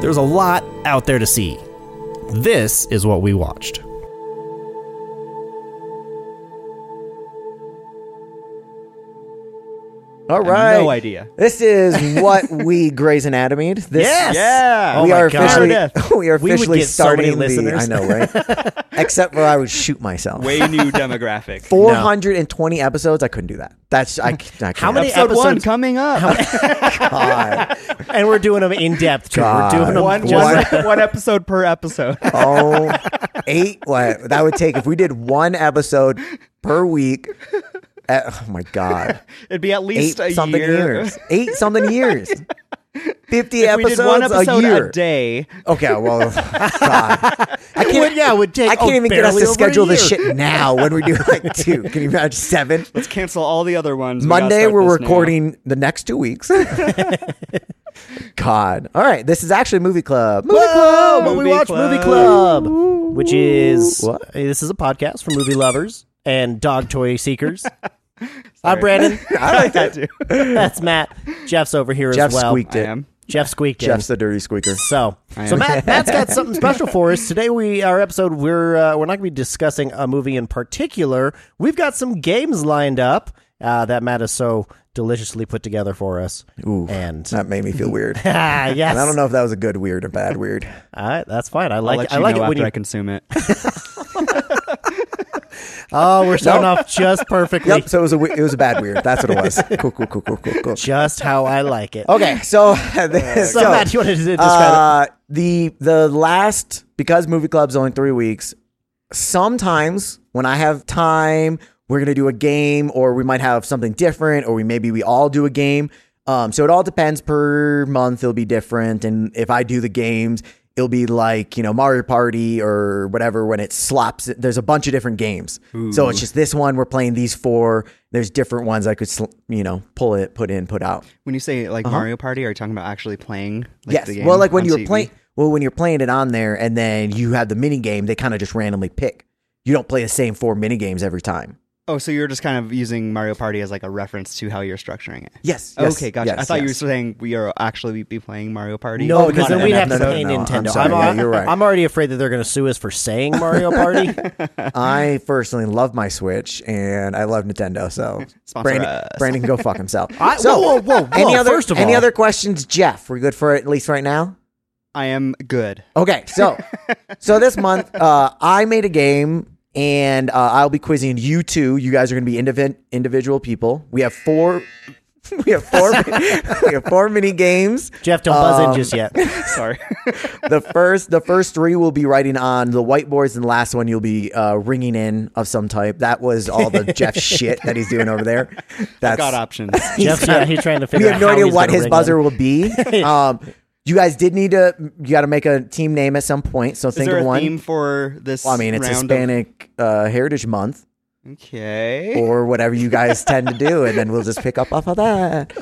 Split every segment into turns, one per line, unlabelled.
There's a lot out there to see. This is what we watched.
All
I
right.
have No idea.
This is what we Grey's Anatomy. This,
Yes!
Yeah.
we
Oh my
are
God.
officially we are
We would
officially
get so many
starting the.
listeners.
I know, right? Except for I would shoot myself.
Way new demographic.
420 episodes. I couldn't do that. That's I. I can't.
How many
Episode one
episodes?
coming up.
God.
And we're doing them in depth. too. We're
God.
doing them
One,
one-
one, one episode per episode.
Oh, eight. What that would take if we did one episode per week. eh, oh my god,
It'd be at
eight
least a
something
year.
years. Eight something years. Fifty
If we
episodes
did one episode
a year.
a day.
Okay, well, God. I can't.
Would- yeah, it would take.
I can't
oh,
even get us
barely
to
over a
schedule this
year.
shit now when we do like two. Can you imagine seven?
Let's cancel all the other ones. We gotta
Monday,
start
we're
this now.
recording the next two weeks. God. All right. This is actually Movie Club. Movie
Oh,
Club.
but we
Movie
watch
Club.
Movie Club, which is
What?
this is a podcast for movie lovers and dog toy seekers. I'm Brandon.
I like that too.
That's Matt. Jeff's over here
Jeff
as well.
squeaked
I
it.
am.
Jeff squeaked. in.
Jeff's the dirty squeaker.
So,
I
so
am.
Matt, Matt's got something special for us today. We our episode we're uh, we're not going to be discussing a movie in particular. We've got some games lined up uh, that Matt has so deliciously put together for us.
Ooh,
and
that made me feel weird. And
ah, yes,
I don't know if that was a good weird or bad weird.
All right, that's fine. I
I'll
like
let
it.
you
I like
know
it when
after
you.
I consume it.
Oh, we're starting off just perfectly.
Yep. So it was a we- it was a bad weird. That's what it was. Cool, cool, cool, cool, cool, cool.
Just how I like it.
Okay. So
So,
so-
Matt, you wanted to describe
uh, The the last because movie club's only three weeks. Sometimes when I have time, we're gonna do a game, or we might have something different, or we maybe we all do a game. Um, so it all depends per month. It'll be different, and if I do the games, it'll be like you know Mario Party or whatever. When it slops, there's a bunch of different games. So it's just this one we're playing these four. There's different ones I could sl- you know pull it, put in, put out
When you say like Mario Party, are you talking about actually playing? Like,
yes.
The game
well, like when
on
you were
TV?
playing, well, when you're playing it on there, and then you have the mini game, they kind of just randomly pick. You don't play the same four mini games every time.
Oh, so you're just kind of using Mario Party as like a reference to how you're structuring it.
Yes. yes,
Oh, okay, gotcha.
yes,
I thought you were
yes.
saying we are actually be playing Mario Party.
No,
Oh,
because then
no, no,
we'd
no,
have
no,
to
no,
pay
no, no. I'm
Nintendo.
sorry.
al-
Yeah, you're right.
I'm already afraid that they're going to sue us for saying Mario Party.
I personally love my Switch and I love Nintendo. So
Sponsor
Brandon,
us.
Brandon can go fuck himself.
I-
so,
whoa, whoa, whoa,
Any
whoa,
other
first of
any
all-
other questions, Jeff? We're good for at least right now.
I am good.
Okay, so so this month uh, I made a game and uh, I'll be quizzing you two. You guys are going to be indiv- individual people. We have four. We have four. we have four mini games.
Jeff, don't buzz in
Um,
just yet.
Sorry.
The first, the first three will be writing on the whiteboards, and the last one you'll be uh, ringing in of some type. That was all the Jeff shit that he's doing over there. That's
Got options.
Jeff's yeah, he's trying to
we
figure
have
out
no
how
idea
he's
what
gonna
his
ring
buzzer
in.
will be. Um, you guys did need to. You got to make a team name at some point. So
Is
think
there
of
a
one.
theme for this?
Well, I mean, it's
round of-
Hispanic uh, Heritage Month
Okay.
or whatever you guys tend to do, and then we'll just pick up off of that.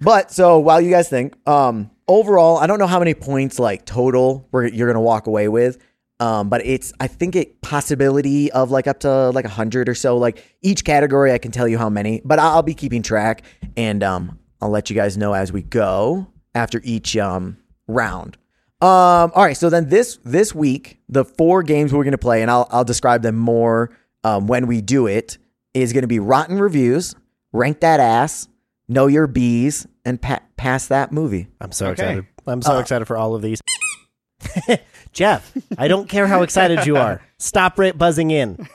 But so while you guys think, um, overall, I don't know how many points like total we're, you're gonna walk away with, um, but it's I think it possibility of like up to like a hundred or so. Like each category, I can tell you how many, but I'll, I'll be keeping track, and um, I'll let you guys know as we go after each um round. Um, all right, so then this this week, the four games we're gonna play, and I'll I'll describe them more um, when we do it, is gonna be Rotten Reviews, Rank That Ass, Know Your Bees, and pa- Pass That Movie.
I'm so
Okay.
excited. I'm
Uh.
so excited for all of these. Jeff, I don't care how excited you are. Stop right buzzing in.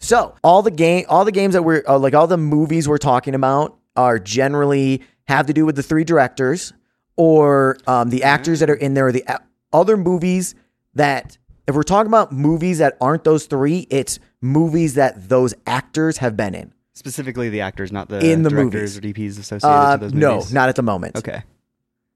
So all the game, all the games that we're uh, like, all the movies we're talking about are generally have to do with the three directors or um, the actors that are in there, or the a- other movies that. If we're talking about movies that aren't those three, it's movies that those actors have been in.
Specifically, the actors, not the
In the
directors
movies.
or DPs associated
Uh,
to those
no,
movies.
not at the moment.
Okay.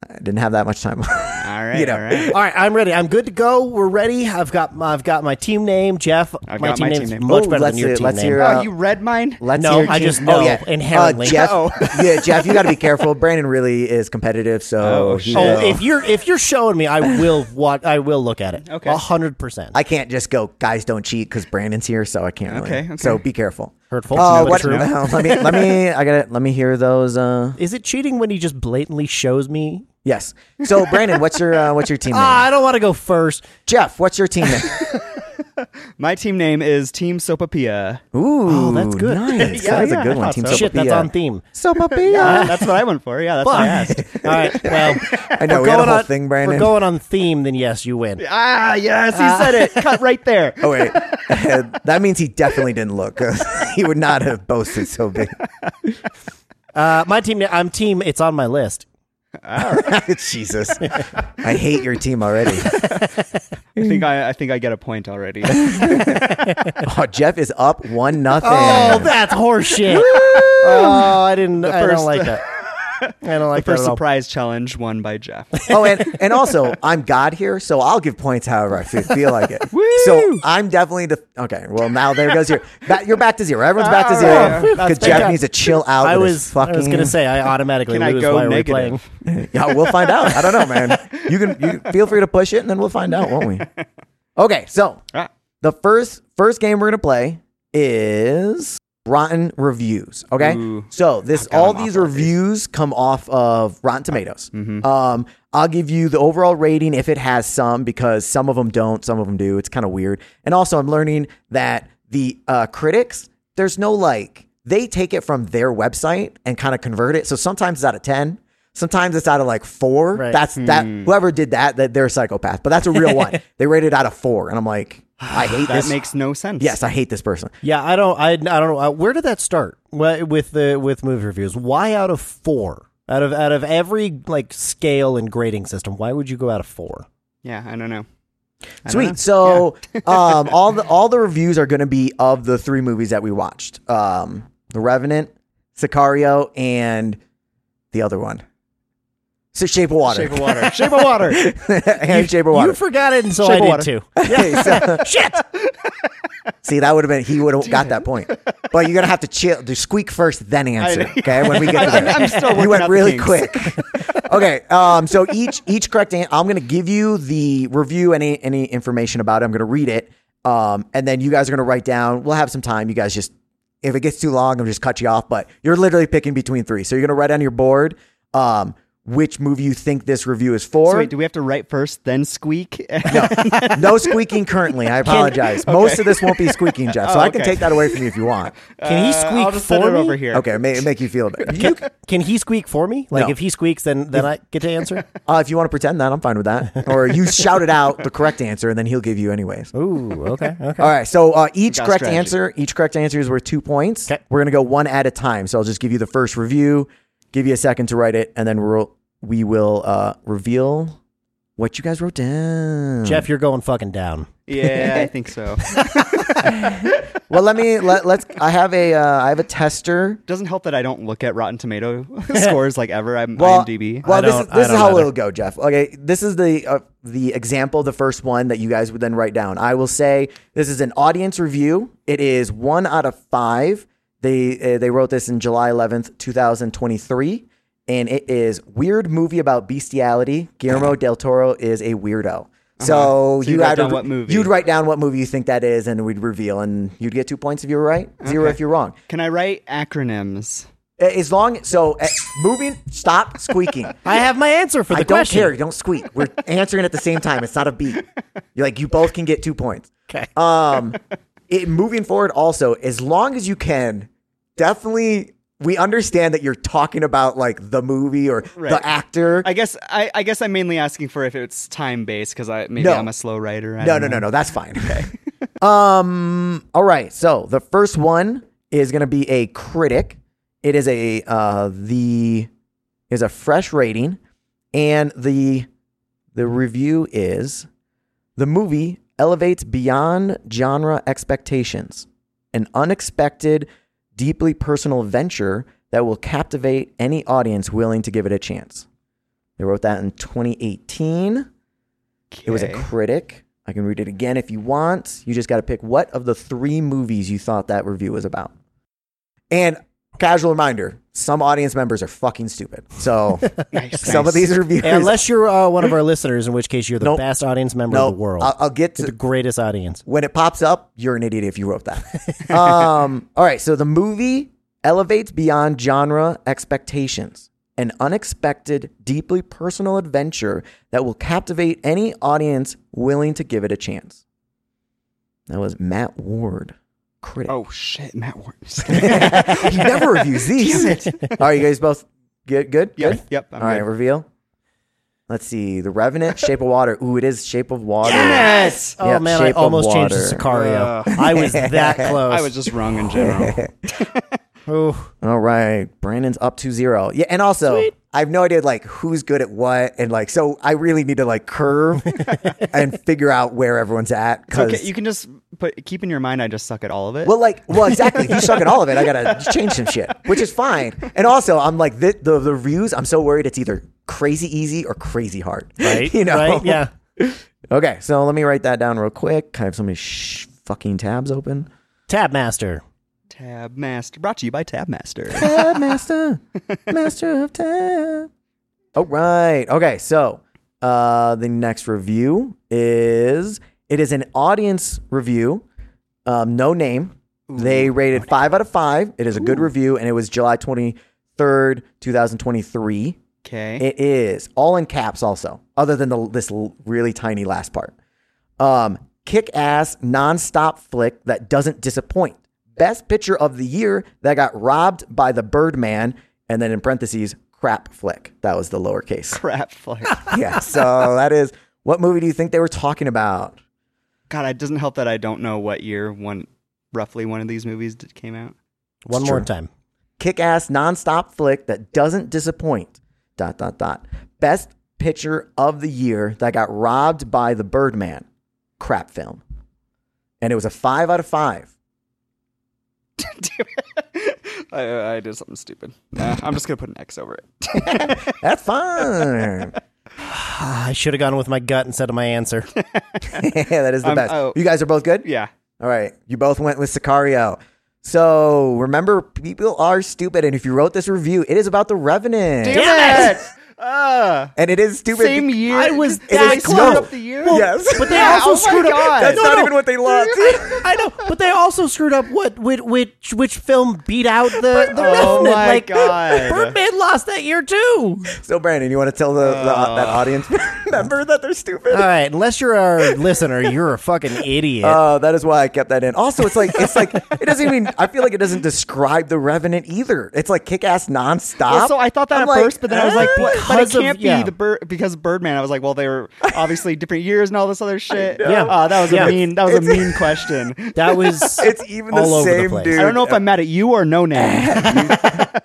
I didn't have that much time.
All right.
You know.
All right.
All right, I'm ready. I'm good to go. We're ready. I've got my, I've got my team name, Jeff.
I've
my
got
team
my
name
team
is
name.
much
Oh,
better
let's
than your
hear-
team
let's
name.
hear,
Oh,
Uh,
you read mine?
Let's
No,
hear
I
Jim-
just know
oh, yeah.
inherently.
Uh, Jeff,
Oh.
yeah, Jeff, you got to be careful. Brandon really is competitive, so
Oh,
he
shit.
Oh,
will-
if you're if you're showing me, I will what I will look at it.
Okay.
hundred percent.
I can't just go, guys, don't cheat because Brandon's here, so I can't. Really.
Okay, okay.
So be careful.
Hurtful.
Oh,
Good to
what?
know, but
let me, let me, I got to Let me hear those. Uh,
Is it cheating when he just blatantly shows me?
yes. So Brandon, what's your, uh, what's your team name?
Ah, I don't want to go first.
Jeff, what's your team name?
My team name is Team Sopapia.
Ooh,
Oh, that's good.
Nice.
Yeah,
that's
yeah,
a good
I
one.
thought
Team
so. Shit, that's
Sopapilla.
on theme.
Sopapilla.
That's what I went for. Yeah, that's
Fuck.
what I asked.
All right. Well,
I know
we're
we had a
going
whole
on-
thing,
if
Brandon.
We're going on theme, then yes, you win.
Ah, yes, he said it. Cut right there.
Oh wait, that means he definitely didn't look. he would not have boasted so big.
Uh, my team. I'm team. It's on my list.
Jesus, I hate your team already. Uh,
I think I, I think I get a point already.
Oh, Jeff is up one nothing.
Oh, that's horseshit. oh, I didn't. I don't
first-
like that. I don't like
First
that at all.
surprise challenge won by Jeff.
oh, and, and also I'm God here, so I'll give points however I feel, feel like it. So I'm definitely the okay. Well, now there goes your back, you're back to zero. Everyone's back to
Oh,
All
zero
right.
because Jeff needs to chill out.
I
with his
was.
fucking.
I was gonna say I automatically
Can I
lose
go
while we're
negative?
playing.
Yeah, we'll find out. I don't know, man. You can you can- feel free to push it, and then we'll find out, won't we? Okay, so
Ah,
the first first game we're gonna play is Rotten Reviews. Okay,
Ooh.
so this
God,
all
I'm
these
awful at these.
reviews come off of Rotten Tomatoes.
Mm-hmm.
Um, I'll give you the overall rating if it has some because some of them don't, some of them do. It's kind of weird. And also, I'm learning that the uh, critics there's no like they take it from their website and kind of convert it. So sometimes it's out of ten. Sometimes it's out of like four.
Right.
That's that
Hmm.
whoever did that, that they're a psychopath. But that's a real one. They rated out of four, and I'm like, I hate
that
this.
makes no sense.
yes, I hate this person.
Yeah, I don't. I, I don't know. Uh, Where did that start Wha- with the with movie reviews? Why out of four? Out of out of every like scale and grading system, why would you go out of four?
Yeah, I don't know. I don't know.
Sweet. So um, all the all the reviews are going to be of the three movies that we watched: um, The Revenant, Sicario, and the other one. So Shape of Water.
Shape of water. Shape of water.
and Shape of Water.
You forgot it, and so
Shape
I
of
did
water.
too.
Okay, so-
Shit.
see, that would have been he would have got that point. But you're gonna have to chill, to squeak first, then answer.
know.
Okay, when we get to
I'm-
that.
I'm still
you
working
went
out the
really
kinks.
quick. okay, um, so each each correct answer, I'm gonna give you the review any any information about it. I'm gonna read it, um, and then you guys are gonna write down. We'll have some time. You guys just if it gets too long, I'm just cut you off. But you're literally picking between three, so you're gonna write on your board um, which movie you think this review is for.
So wait, do we have to write first, then squeak?
no squeaking currently. I apologize. Most of this won't be squeaking, Jeff. So
Oh,
I can
okay.
take that away from you if you want.
Can he squeak
Uh, I'll just
for
set it
me?
over here.
Okay, may, make you feel better. You,
Can he squeak for me? Like
No.
if he squeaks, then then I get to answer.
uh, if you want to pretend that, I'm fine with that. Or you shout it out the correct answer, and then he'll give you anyways.
Ooh. Okay. Okay.
All right. So uh, each
Got
correct
strategy.
answer, each correct answer is worth two points.
Okay.
We're gonna go one at a time. So I'll just give you the first review, give you a second to write it, and then we'll we will uh, reveal what you guys wrote down.
Jeff, you're going fucking down.
Yeah, I think so.
Well, let me let, let's. I have a uh, I have a tester.
Doesn't help that I don't look at Rotten Tomato scores like ever. I'm
well,
IMDb.
Well,
I
this
don't-
is, this
I
is
don't
how
either.
it'll go, Jeff. Okay, this is the uh, the example, the first one that you guys would then write down. I will say this is an audience review. It is one out of five. They uh, they wrote this in July eleventh, two thousand twenty three, and it is weird movie about bestiality. Guillermo del Toro is a weirdo. So,
Uh-huh. So you
you
write
had to-
down what movie.
you'd write down what movie you think that is, and we'd reveal, and you'd get two points if you're right, zero if you're wrong.
Can I write acronyms?
As long so uh, moving, stop squeaking.
I have my answer for the
I don't
question.
care. Don't squeak. We're answering at the same time. It's not a beat. You're like you both can get two points.
Okay.
Um, it, moving forward, also as long as you can, definitely we understand that you're talking about like the movie or
Right.
the actor.
I guess I, I guess I'm mainly asking for if it's time based because I maybe
No.
I'm a slow writer. I
no,
don't
no, no,
know.
no. That's fine. Okay. um. All right. So the first one is going to be a critic. It is a uh the is a fresh rating, and the the review is the movie elevates beyond genre expectations, an unexpected, deeply personal venture that will captivate any audience willing to give it a chance. They wrote that in 2018. It was a
Okay.
critic. I can read it again if you want. You just got to pick what of the three movies you thought that review was about. And casual reminder: some audience members are fucking stupid. So
Nice,
some of
nice.
these reviews,
Unless you're uh, one of our listeners, in which case you're the
Nope.
best audience member
no,
of the world.
I'll, I'll get
the
to
greatest audience.
when it pops up. You're an idiot if you wrote that. um, all right. So the movie elevates beyond genre expectations. An unexpected, deeply personal adventure that will captivate any audience willing to give it a chance. That was Matt Ward, critic.
Oh shit, Matt Ward.
he never reviews these. Are you guys both good? Good. Good?
yep, yep. I'm
All right,
good.
reveal. Let's see. The Revenant, Shape of Water. Ooh, it is Shape of Water.
Yes!
Oh
Yep,
man, I
Shape of
almost changed to
Water.
Sicario.
Uh.
I was that close.
I was just wrong in general.
Oh,
All right, Brandon's up to zero. Yeah, and also I have no idea like who's good at what, and like so I really need to like curve and figure out where everyone's at because
okay, you can just put keep in your mind. I just suck at all of it.
Well, like, well, exactly. If you suck at all of it, I gotta change some shit, which is fine. And also, I'm like the the, the reviews. I'm so worried it's either crazy easy or crazy hard.
right,
You know.
right, yeah.
Okay, so let me write that down real quick. I have so many sh- fucking tabs open.
Tab Master.
Tab Master brought to you by Tab Master.
Tab master, master of tab. All right. Okay, so uh, the next review is it is an audience review. Um, no name. They rated five out of five. It is a good review, and it was July twenty third, two thousand twenty three.
Okay.
It is all in caps, also, other than the, this l- really tiny last part. Um, kick ass, nonstop flick that doesn't disappoint. Best picture of the year that got robbed by the Birdman, and then in parentheses, crap flick. That was the lowercase.
Crap. Like,
yeah. So that is what movie do you think they were talking about?
God, it doesn't help that I don't know what year one, roughly one of these movies did, came out.
One more time.
Kick ass, nonstop flick that doesn't disappoint. Dot, dot, dot. Best picture of the year that got robbed by the Birdman. Crap film. And it was a five out of five.
I, I did something stupid. Nah, I'm just gonna put an X over it.
That's fine.
Ah, I should have gone with my gut instead of my answer.
yeah, that is the
I'm
best.
out.
You guys are both good?
Yeah.
All right. You both went with Sicario. So remember, people are stupid. And if you wrote this review, it is about the Revenant.
Damn
it! Ah,
And it is stupid.
same
be-
year.
I was
They
that
screwed
close.
up the year.
Yes.
But they
Yeah,
also
oh my
screwed up.
God.
That's
No,
not
no.
even what they loved.
I know, but they also screwed up what which which, which film beat out the, the Revenant.
Oh my
like,
God.
Birdman lost that year too.
so, Brandon, you want to tell the, the uh, that audience member that they're stupid?
All right, unless you're our listener, you're a fucking idiot.
Uh, that is why I kept that in. Also, it's like it's like it doesn't even. I feel like it doesn't describe the Revenant either. It's like kick ass nonstop.
Well, so I thought
I'm
that at
like,
first, but then I was like,
"Huh?"
but, but it
Because of-
can't
yeah.
be the bird because of Birdman. I was like, well, they were obviously different years and all this other shit.
Yeah.
Ah, that was
Yeah.
a mean. That was a mean question.
that was
It's even the
all over
same
place.
dude.
I don't know if I'm mad at you or no name.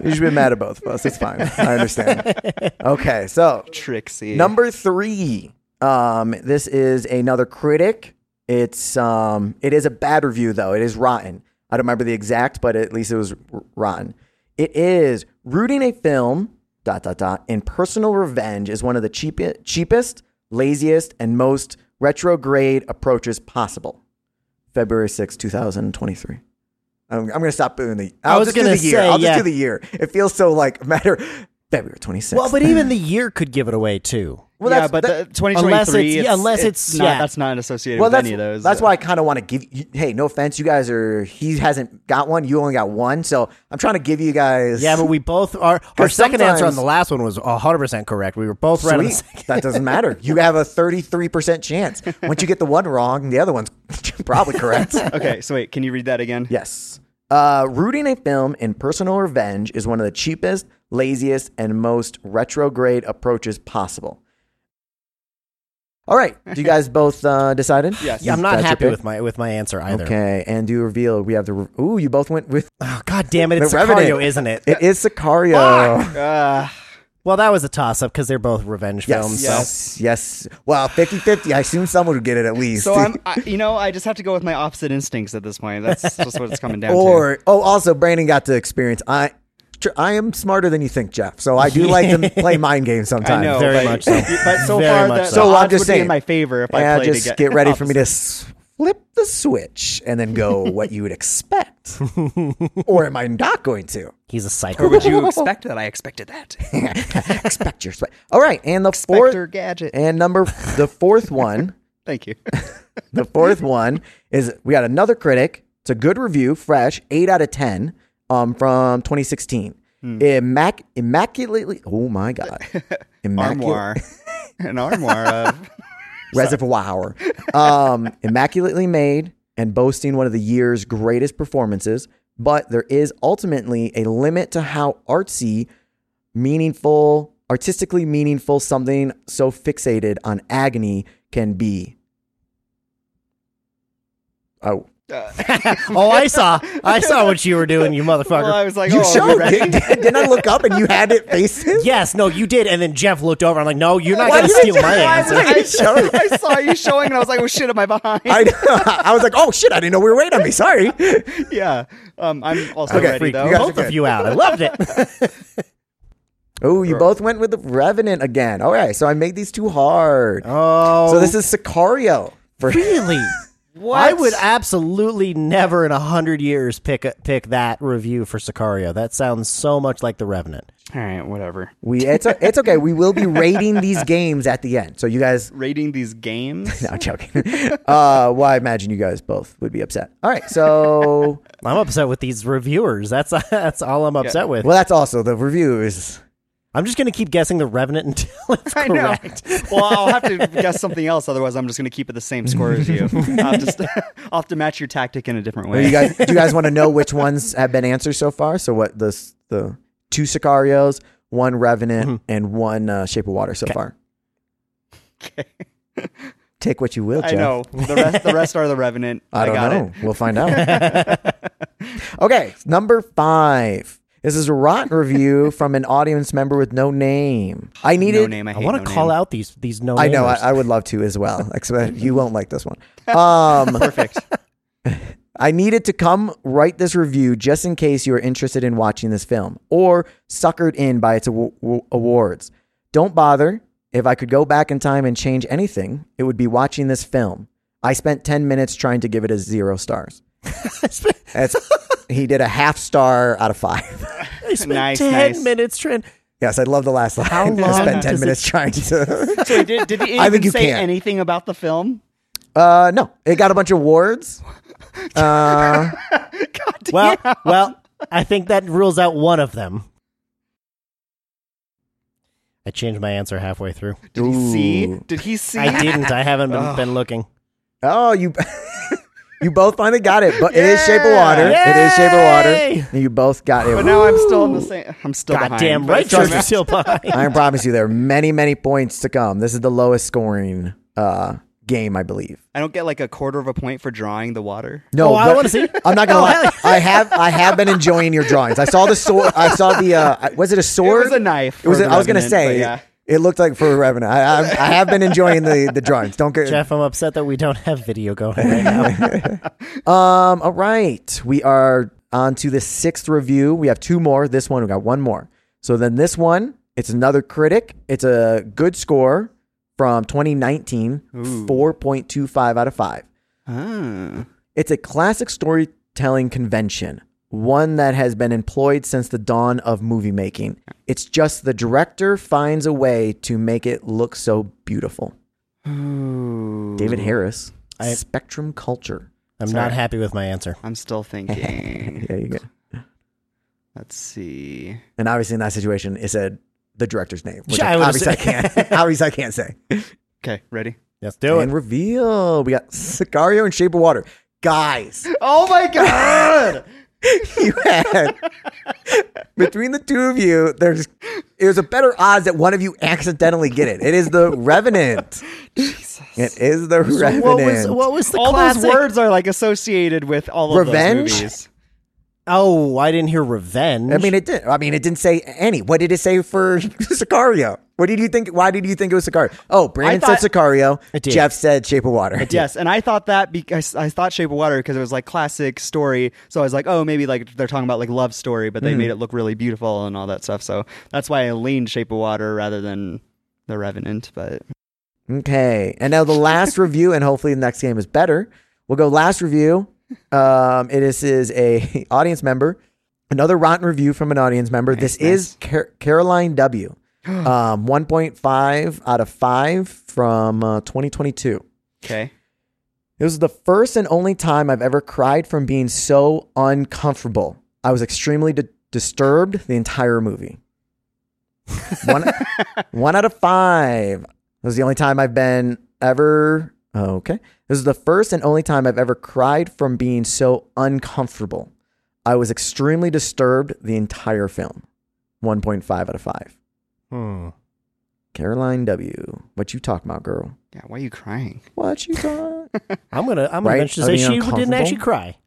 You should be mad at both of us. It's fine. I understand. Okay, so
Trixie.
number three. Um, this is another critic. It's um, it is a bad review though. It is rotten. I don't remember the exact, but at least it was r- rotten. It is rooting a film dot dot dot in personal revenge is one of the cheap- cheapest, laziest, and most retrograde approaches possible. February sixth, two 2023. I'm, I'm gonna stop doing the. I'll
was
just do the
gonna
year.
say,
I'll
yeah.
just do the year. It feels so like matter. February 26th.
Well, but even the year could give it away too.
Well,
yeah,
that's-
but
that-
the 2023.
Unless it's- yeah, unless it's-
not,
yeah.
that's not associated
well,
with
that's,
any of those.
That's
uh,
why I kind of want to give. You, hey, no offense, you guys are. He hasn't got one. You only got one. So I'm trying to give you guys.
Yeah, but we both our our second answer on
sometimes-
the last one was 100 percent correct. We were both right. On the
Sweet.
second.
that doesn't matter. You have a 33% chance. Once you get the one wrong, the other one's probably correct.
Okay, so wait, can you read that again?
Yes. Uh, rooting a film in personal revenge is one of the cheapest, laziest, and most retrograde approaches possible. All right. Do you guys both uh, decided?
Yes.
Yeah, I'm
You've
not
got your
happy
pick?
with my with my answer either.
Okay, and do you reveal we have the re- ooh? You both went with
Oh, God damn it! It's
The Revenant.
Sicario, isn't it?
it is Sicario.
Uh,
Well, that was a toss up because they're both revenge films.
Yes,
so-
yes, yes. Well, 50-50. I assume someone would get it at least.
so I'm, I, you know, I just have to go with my opposite instincts at this point. That's just what it's coming down to.
or oh, also Brandon got to experience I tr- I am smarter than you think, Jeff. So I do like to play mind games sometimes.
I know,
Very
but,
much so.
But so
Very
far,
much
that,
so.
so.
So I'm just
odds would be
saying.
in my favor if I
Yeah,
played
just
to get,
get ready for me to flip the switch and then go what you would expect, or am I not going to?
He's a
Or
psycho.
would you expect that? I expected that.
expect your sweat. All right, and the
Spectre
fourth
gadget.
and number the fourth one,
Thank you.
the fourth one is we got another critic. It's a good review, fresh, eight out of ten, um, from 2016. Immac- immaculately, oh my god, immaculate
Armoire. An armoire of.
reservoir, um, immaculately made and boasting one of the year's greatest performances. But there is ultimately a limit to how artsy meaningful, artistically meaningful something so fixated on agony can be. Oh,
Uh,
oh, I saw. I saw what you were doing, you motherfucker.
well, I was like,
you
oh, are we
showed.
ready?
Did, did, didn't I look up and you had it facing?
yes, no, you did. And then Jeff looked over. I'm like, no, you're not
Why
going to
did
steal
you-
my
why
answer.
would
I, I saw you showing, and I was like, "Oh shit, am I behind?"
I, I was like, oh shit, I didn't know we were waiting on me. Sorry.
yeah. Um, I'm also
Okay,
ready
freak,
though.
you guys-
Both of you out. I loved it.
Oh, you both went with the Revenant again. All right, so I made these too hard.
Oh,
So this is Sicario. For,
really. I would absolutely never in a hundred years pick pick that review for Sicario. That sounds so much like The Revenant.
All right, whatever.
we, it's, it's okay. We will be rating these games at the end. So you guys
Rating these games.
No, I'm joking. uh, well, I imagine you guys both would be upset. All right, so
I'm upset with these reviewers. That's that's all I'm upset with.
well, that's also the review is
I'm just gonna keep guessing The Revenant until it's
I know.
correct.
well, I'll have to guess something else. Otherwise, I'm just going to keep it the same score as you. I'll have, to st- I'll have to match your tactic in a different
Well,
way.
you guys. Do you guys want to know which ones have been answered so far? So what the the two Sicarios, one Revenant,
Mm-hmm.
and one uh, Shape of Water so far.
Okay.
Take what you will. Jeff.
I know the rest. The rest are the Revenant. I,
I don't
got
know.
it.
We'll find out. okay, number five. This is a rotten review from an audience member with no name. I needed.
No name. I,
I want to call out these these no.
I know. I,
namers.
I would love to as well. Except you won't like this one. Um,
Perfect.
I needed to come write this review just in case you are interested in watching this film or suckered in by its aw- aw- awards. Don't bother. If I could go back in time and change anything, it would be watching this film. I spent 10 minutes trying to give it a zero stars. That's, he did a half star out of five.
I spent
Nice,
ten
nice.
minutes trying.
Yes, I love the last line.
How
I
long
spent 10
does it-
minutes trying to.
So did, did it
I think
even
you
say
can.
anything about the film?
Uh, no, it got a bunch of awards. Uh,
Well, well, I think that rules out one of them. I changed my answer halfway through.
Did he see?
Ooh.
Did he see?
I didn't. I haven't been, been looking.
Oh, you you both finally got it. But it is Shape of Water. It is Shape of
Yay!
Water. And you both got it.
But now I'm still in the same. I'm still behind,
Goddamn
but
right,
it's all
George
right.
still behind.
I promise you there are many, many points to come. This is the lowest scoring uh, game, I believe.
I don't get like a quarter of a point for drawing the water.
No,
Oh, I
but-
wanna see.
I'm not gonna
Oh,
lie.
hell
I have I have been enjoying your drawings. I saw the sword. I saw the uh, was it a sword?
was a knife
It was.
for
a-
the
I was gonna
Revenant, but
say.
yeah.
It looked like for a revenant. I, I, I have been enjoying the, the drawings. Don't get
Jeff, I'm upset that we don't have video going right now.
Um, all right. We are on to the sixth review. We have two more. This one, we got one more. So then this one, it's another critic. It's a good score from 2019, 4.25 out of 5.
Ah.
It's a classic storytelling convention, one that has been employed since the dawn of movie making. It's just the director finds a way to make it look so beautiful.
Ooh.
David Harris, Spectrum Culture.
I'm not happy with my answer.
I'm still thinking.
There you go.
Let's see.
And obviously, in that situation, it said the director's name, which
Yeah, I
I
would've
obviously I
said-
can't. obviously, I can't say.
Okay, ready?
Let's do
And
it.
reveal, we got Sicario and Shape of Water, guys.
Oh my god!
You had between the two of you, there's it was a better odds that one of you accidentally get it. It is the Revenant. It is the Revenant.
What was what was the
all
classic?
those words are like associated with all of
Revenge?
those movies.
Oh, I didn't hear revenge.
I mean, it did. I mean, it didn't say any. What did it say for Sicario? What did you think? Why did you think it was Sicario? Oh, Brandon
I thought-
said Sicario.
It did.
Jeff said Shape of Water.
Yes, and I thought that because I thought Shape of Water because it was like classic story. So I was like, oh, maybe like they're talking about like love story, but they made it look really beautiful and all that stuff. So that's why I leaned Shape of Water rather than The Revenant. But
Okay. And now the last review, and hopefully the next game is better. We'll go last review. Um, it is, is a audience member. Another rotten review from an audience member. this is Car- Caroline W. Um, 1.5 out of 5 from uh, 2022.
okay,
It was the first and only time I've ever cried from being so uncomfortable. I was extremely di- disturbed the entire movie. One, one out of five. It was the only time I've been ever. oh, Okay. This is the first and only time I've ever cried from being so uncomfortable. I was extremely disturbed the entire film. 1.5 out of 5.
Hmm.
Caroline W. What you talking about, girl?
yeah, why are you crying?
What you talking
I'm gonna I'm gonna
Right?
venture to
Are
say
they
she didn't
uncomfortable?
actually cry.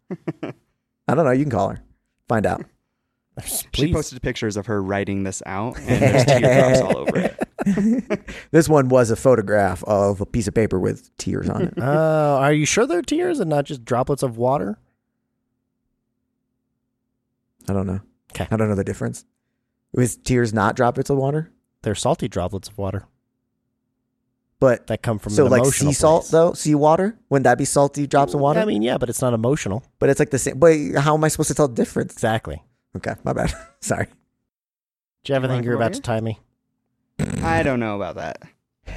I don't know. You can call her. Find out.
She posted pictures of her writing this out, and there's teardrops all over it.
This one was a photograph of a piece of paper with tears on it.
Uh, are you sure they're tears and not just droplets of water?
I don't know.
'Kay.
I don't know the difference. Was tears not droplets of water?
They're salty droplets of water
But
that come from
so
an
like
emotional
sea salt
place.
though, sea water. Wouldn't that be salty drops of water?
I mean, yeah, but it's not emotional.
but it's like the same. But how am I supposed to tell the difference?
Exactly.
Okay, my bad. Sorry.
Jeff, I think
Wanna
you're
come
about
over
to tie me.
I don't know about that.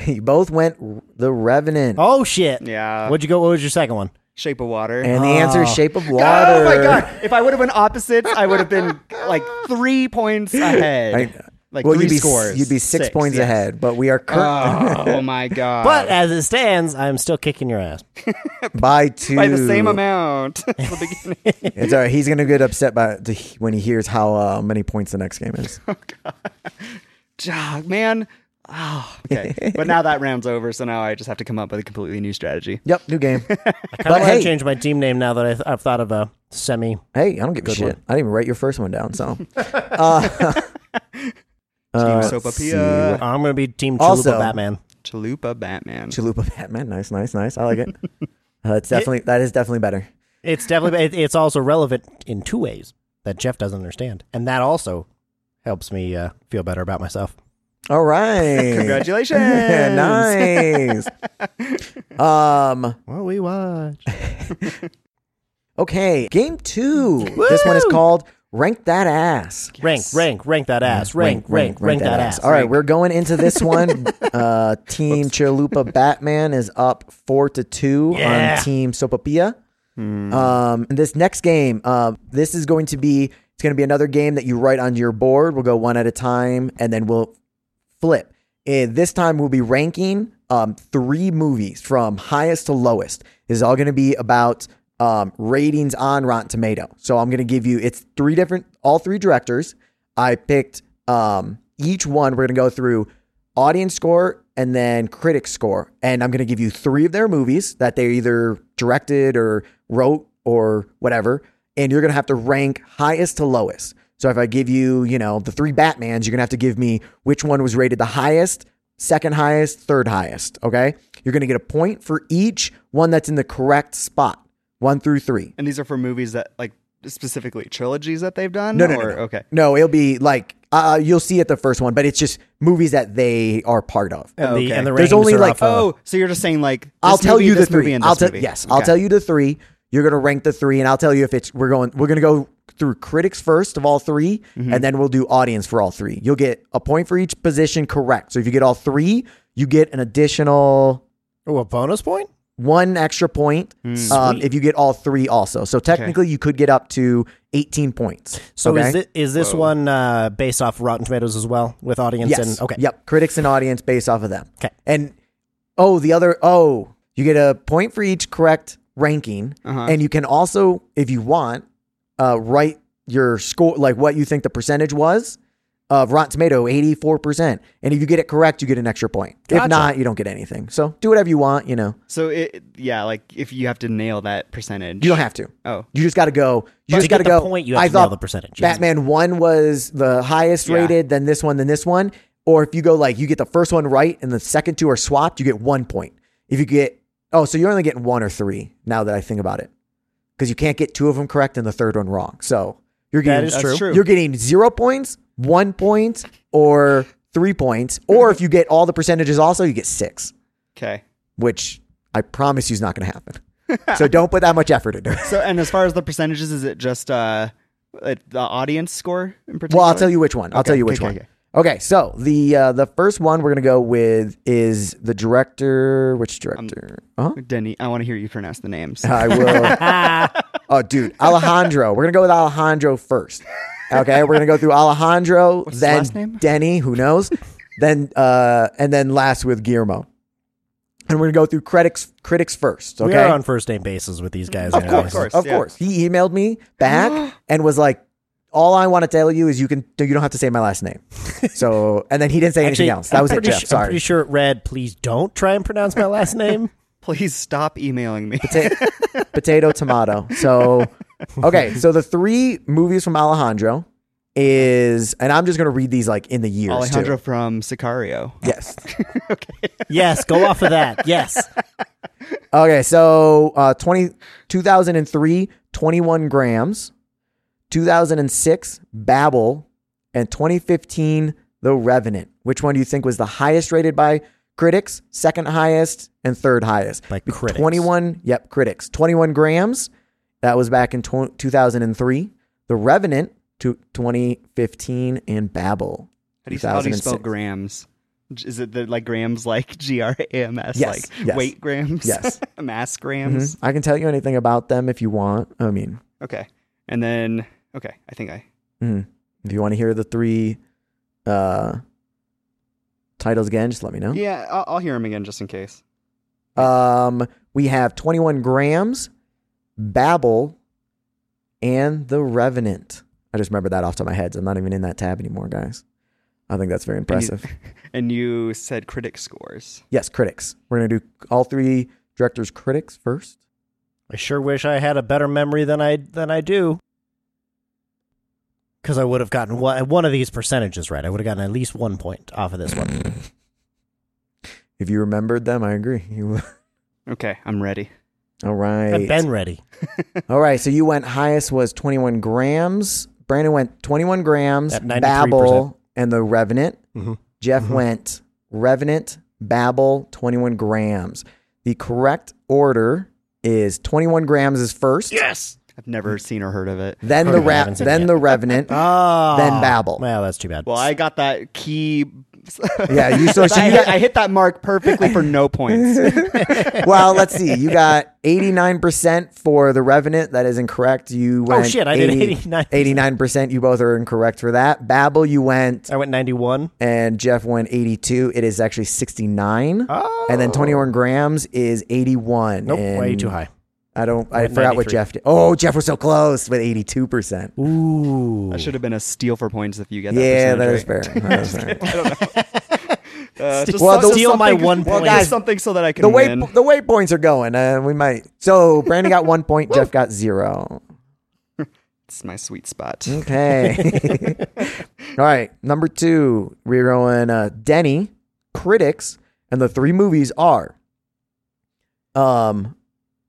You both went r- the Revenant,
Oh shit!
Yeah,
What'd you go? What was your second one?
Shape of Water.
and the answer is
Oh.
Shape of Water.
Oh my god! If I would have been opposites, I would have been like three points ahead.
I-
like
well,
three
you'd be s-
scores.
you'd be six, points
yes.
ahead, but we are current
Oh my
Uh,
god!
But as it stands, I'm still kicking your ass.
by two.
by the same amount. at the beginning.
It's all right. He's gonna get upset by to, when he hears how uh, many points the next game is.
Dog, man. Oh, okay. But now that round's over, so now I just have to come up with a completely new strategy.
Yep, new game.
I kind of want
hey-
to change my team name now that I th- I've thought of a semi.
Hey, I don't give a shit. I didn't even write your first one down, so. Uh, uh,
Team
let's see.
Sopapilla.
I'm going to be Team Chalupa
Also-
Batman.
Chalupa Batman.
Chalupa Batman, nice, nice, nice. I like it. Uh, it's definitely that is definitely better.
It's definitely it, it's also relevant in two ways that Jeff doesn't understand, and that also helps me uh, feel better about myself.
All right,
Congratulations.
nice. um,
Well, we watch.
okay, game two. This one is called Rank That Ass.
Rank, rank, rank that ass. Rank, rank, rank, that, ass.
All right, we're going into this one. uh, team Chalupa Batman is up four to two
Yeah.
on Team Sopapilla. Um, and this next game, um, this is going to be it's going to be another game that you write onto your board. We'll go one at a time, and then we'll flip. And this time we'll be ranking um, three movies from highest to lowest. This is all going to be about um, ratings on Rotten Tomato. So I'm going to give you it's three different, all three directors. I picked um, each one. We're going to go through audience score and then critic score, and I'm going to give you three of their movies that they either directed or wrote or whatever, and you're going to have to rank highest to lowest. So if I give you, you know, the three Batmans, you're gonna have to give me which one was rated the highest, second highest, third highest. Okay, you're gonna get a point for each one that's in the correct spot, one through three.
and these are for movies that, like, specifically trilogies that they've done?
No, no, no,
or,
no.
Okay.
No, it'll be like uh, you'll see it the first one, but it's just movies that they are part of.
And the,
Okay.
and the
There's
rankings
only
are
like-
off, uh,
Oh, so you're just saying, like, this
I'll tell
movie,
you the
this
three.
movie, and this
I'll tell
movie.
yes,
Okay.
I'll tell you the three. You're gonna rank the three, and I'll tell you if it's we're going we're gonna go through critics first of all 3
Mm-hmm.
and then we'll do audience for all three. You'll get a point for each position correct. So if you get all three, you get an additional
oh, a bonus point.
one extra point
Hmm.
um, if you get all three also. So technically, you could get up to 18 points.
So
okay?
is it is this one uh, based off Rotten Tomatoes as well with audience?
Yes.
And, okay.
Yep. Critics and audience based off of them.
'Kay.
And oh, the other oh, you get a point for each correct ranking,
Uh-huh.
Uh-huh.
and you can also, if you want, uh, write your score like what you think the percentage was. of Rotten Tomato, 84%. And if you get it correct, you get an extra point. If not, you don't get anything. So do whatever you want, you know.
So it, yeah, like if you have to nail that percentage,
You don't have to.
Oh.
You just got to go. You
But
just
to
got to
get the
go.
point, you have
I
to nail
thought
the percentage.
Batman 1 was the highest
Yeah.
rated, then this one, then this one. Or if you go like you get the first one right and the second two are swapped, you get one point. If you get, oh, so you're only getting one or three now that I think about it. Because you can't get two of them correct and the third one wrong. So you're getting
That is
That's
true.
true.
you're getting zero points, one point, or three points. Or if you get all the percentages also, you get six,
Okay.
which I promise you is not going to happen. so don't put that much effort into it.
So and as far as the percentages, is it just uh, it, the audience score in particular?
Well, I'll tell you which one. I'll tell you which
okay,
one.
okay.
Okay. so the uh, the first one we're gonna go with is the director. Which director? uh-huh.
Denny. I want to hear you pronounce the names.
I will. oh, dude, Alejandro. We're gonna go with Alejandro first. Okay, we're gonna go through Alejandro,
his
then
last name?
Denny. Who knows? then uh, and then last with Guillermo. And we're gonna go through critics critics first. Okay,
We are on first name basis with these guys.
of
anyways.
course,
course,
of
yeah.
course. He emailed me back and was like, "All I want to tell you is you can you don't have to say my last name." So, and then he didn't say anything
Actually,
else. That
I'm
was it,
pretty
Jeff.
su- I'm
Sorry.
pretty sure it read, please don't try and pronounce my last name.
Please stop emailing me.
Ta- potato tomato. So, okay. So the three movies from Alejandro is, and I'm just gonna read these like in the years. too.
Alejandro from Sicario.
Yes.
yes, go off of that. Yes.
Okay, so uh, 20, 2003, 21 grams, 2006, Babel, and 2015, The Revenant. Which one do you think was the highest rated by critics, second highest, and third highest?
By
Be-
critics.
21, yep, critics. 21 grams, that was back in tw 2003. The Revenant, to 2015, and Babel.
How do you, how do you spell
2006.
grams? J- Is it the like grams like G R A M S
Yes,
like
yes.
weight grams?
Yes.
mass
Mhm.
grams.
I can tell you anything about them if you want. I mean,
Okay. And then okay, I think I
Mm. If you want to hear the three uh, titles again, just let me know.
Yeah, I'll, I'll hear him again just in case.
Um, we have 21 Grams, Babel, and The Revenant. I just remember that off the top of my head. so I'm not even in that tab anymore, guys. I think that's very impressive.
And you said critic scores.
yes, critics. We're going to do all three directors' critics first.
I sure wish I had a better memory than I than I do. Because I would have gotten one, one of these percentages right. I would have gotten at least one point off of this one.
If you remembered them, I agree. You,
Okay, I'm ready.
all right.
I've been ready.
All right, so you went highest was 21 grams. Brandon went 21 grams,
At 93%.
Babel, and the Revenant.
Mhm.
Jeff went Revenant, Babel, 21 grams. The correct order is 21 grams is first,
Yes.
I've never seen or heard of it.
then the
Okay, I
ra-
haven't seen it
then
yet.
the Revenant.
Ah.
Oh.
Then Babel.
Well, that's too bad.
Well, I got that key.
Yeah, you so, so
I,
you
hit,
got
I hit that mark perfectly for no points.
well, let's see. You got 89% for the Revenant. That is incorrect. You went
Oh, shit, I did 89%.
89%. You both are incorrect for that. Babel you went
I went 91.
and Jeff went 82. It is actually 69. And then 21 grams is 81.
Oh. Nope,
And
way too high.
I don't, I
Went
forgot what
93.
Jeff did. Oh, Jeff was so close with 82%.
Ooh.
That should have been a steal for points if you get that.
yeah,
percentage
that is
right.
fair. That is fair.
Uh, just
Well,
some-
the-
steal my
something-
one
well,
point.
guys, something so that I can
The way,
win.
the way points are going, uh, we might. So Brandon got one point, Jeff got zero.
It's my sweet spot.
Okay. All right. Number two, we're going uh, Denny, critics, and the three movies are um,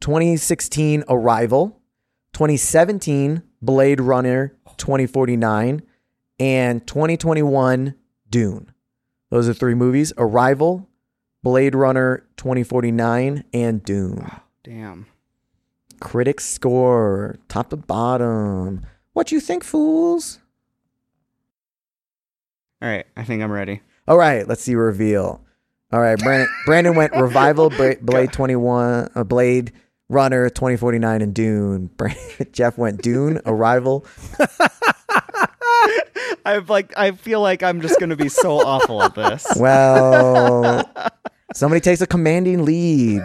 2016 Arrival, 2017 Blade Runner 2049, and 2021 Dune. Those are three movies Arrival, Blade Runner 2049, and Dune.
Damn.
Critics score top to bottom. What you think, fools?
All right, I think I'm ready.
All right, let's see reveal. All right, Brandon, Brandon went revival Bra- Blade twenty one, uh, Blade Runner twenty forty nine, and Dune. Brand- Jeff went Dune, Arrival.
I've like I feel like I'm just gonna be so awful at this.
Well, Somebody takes a commanding lead.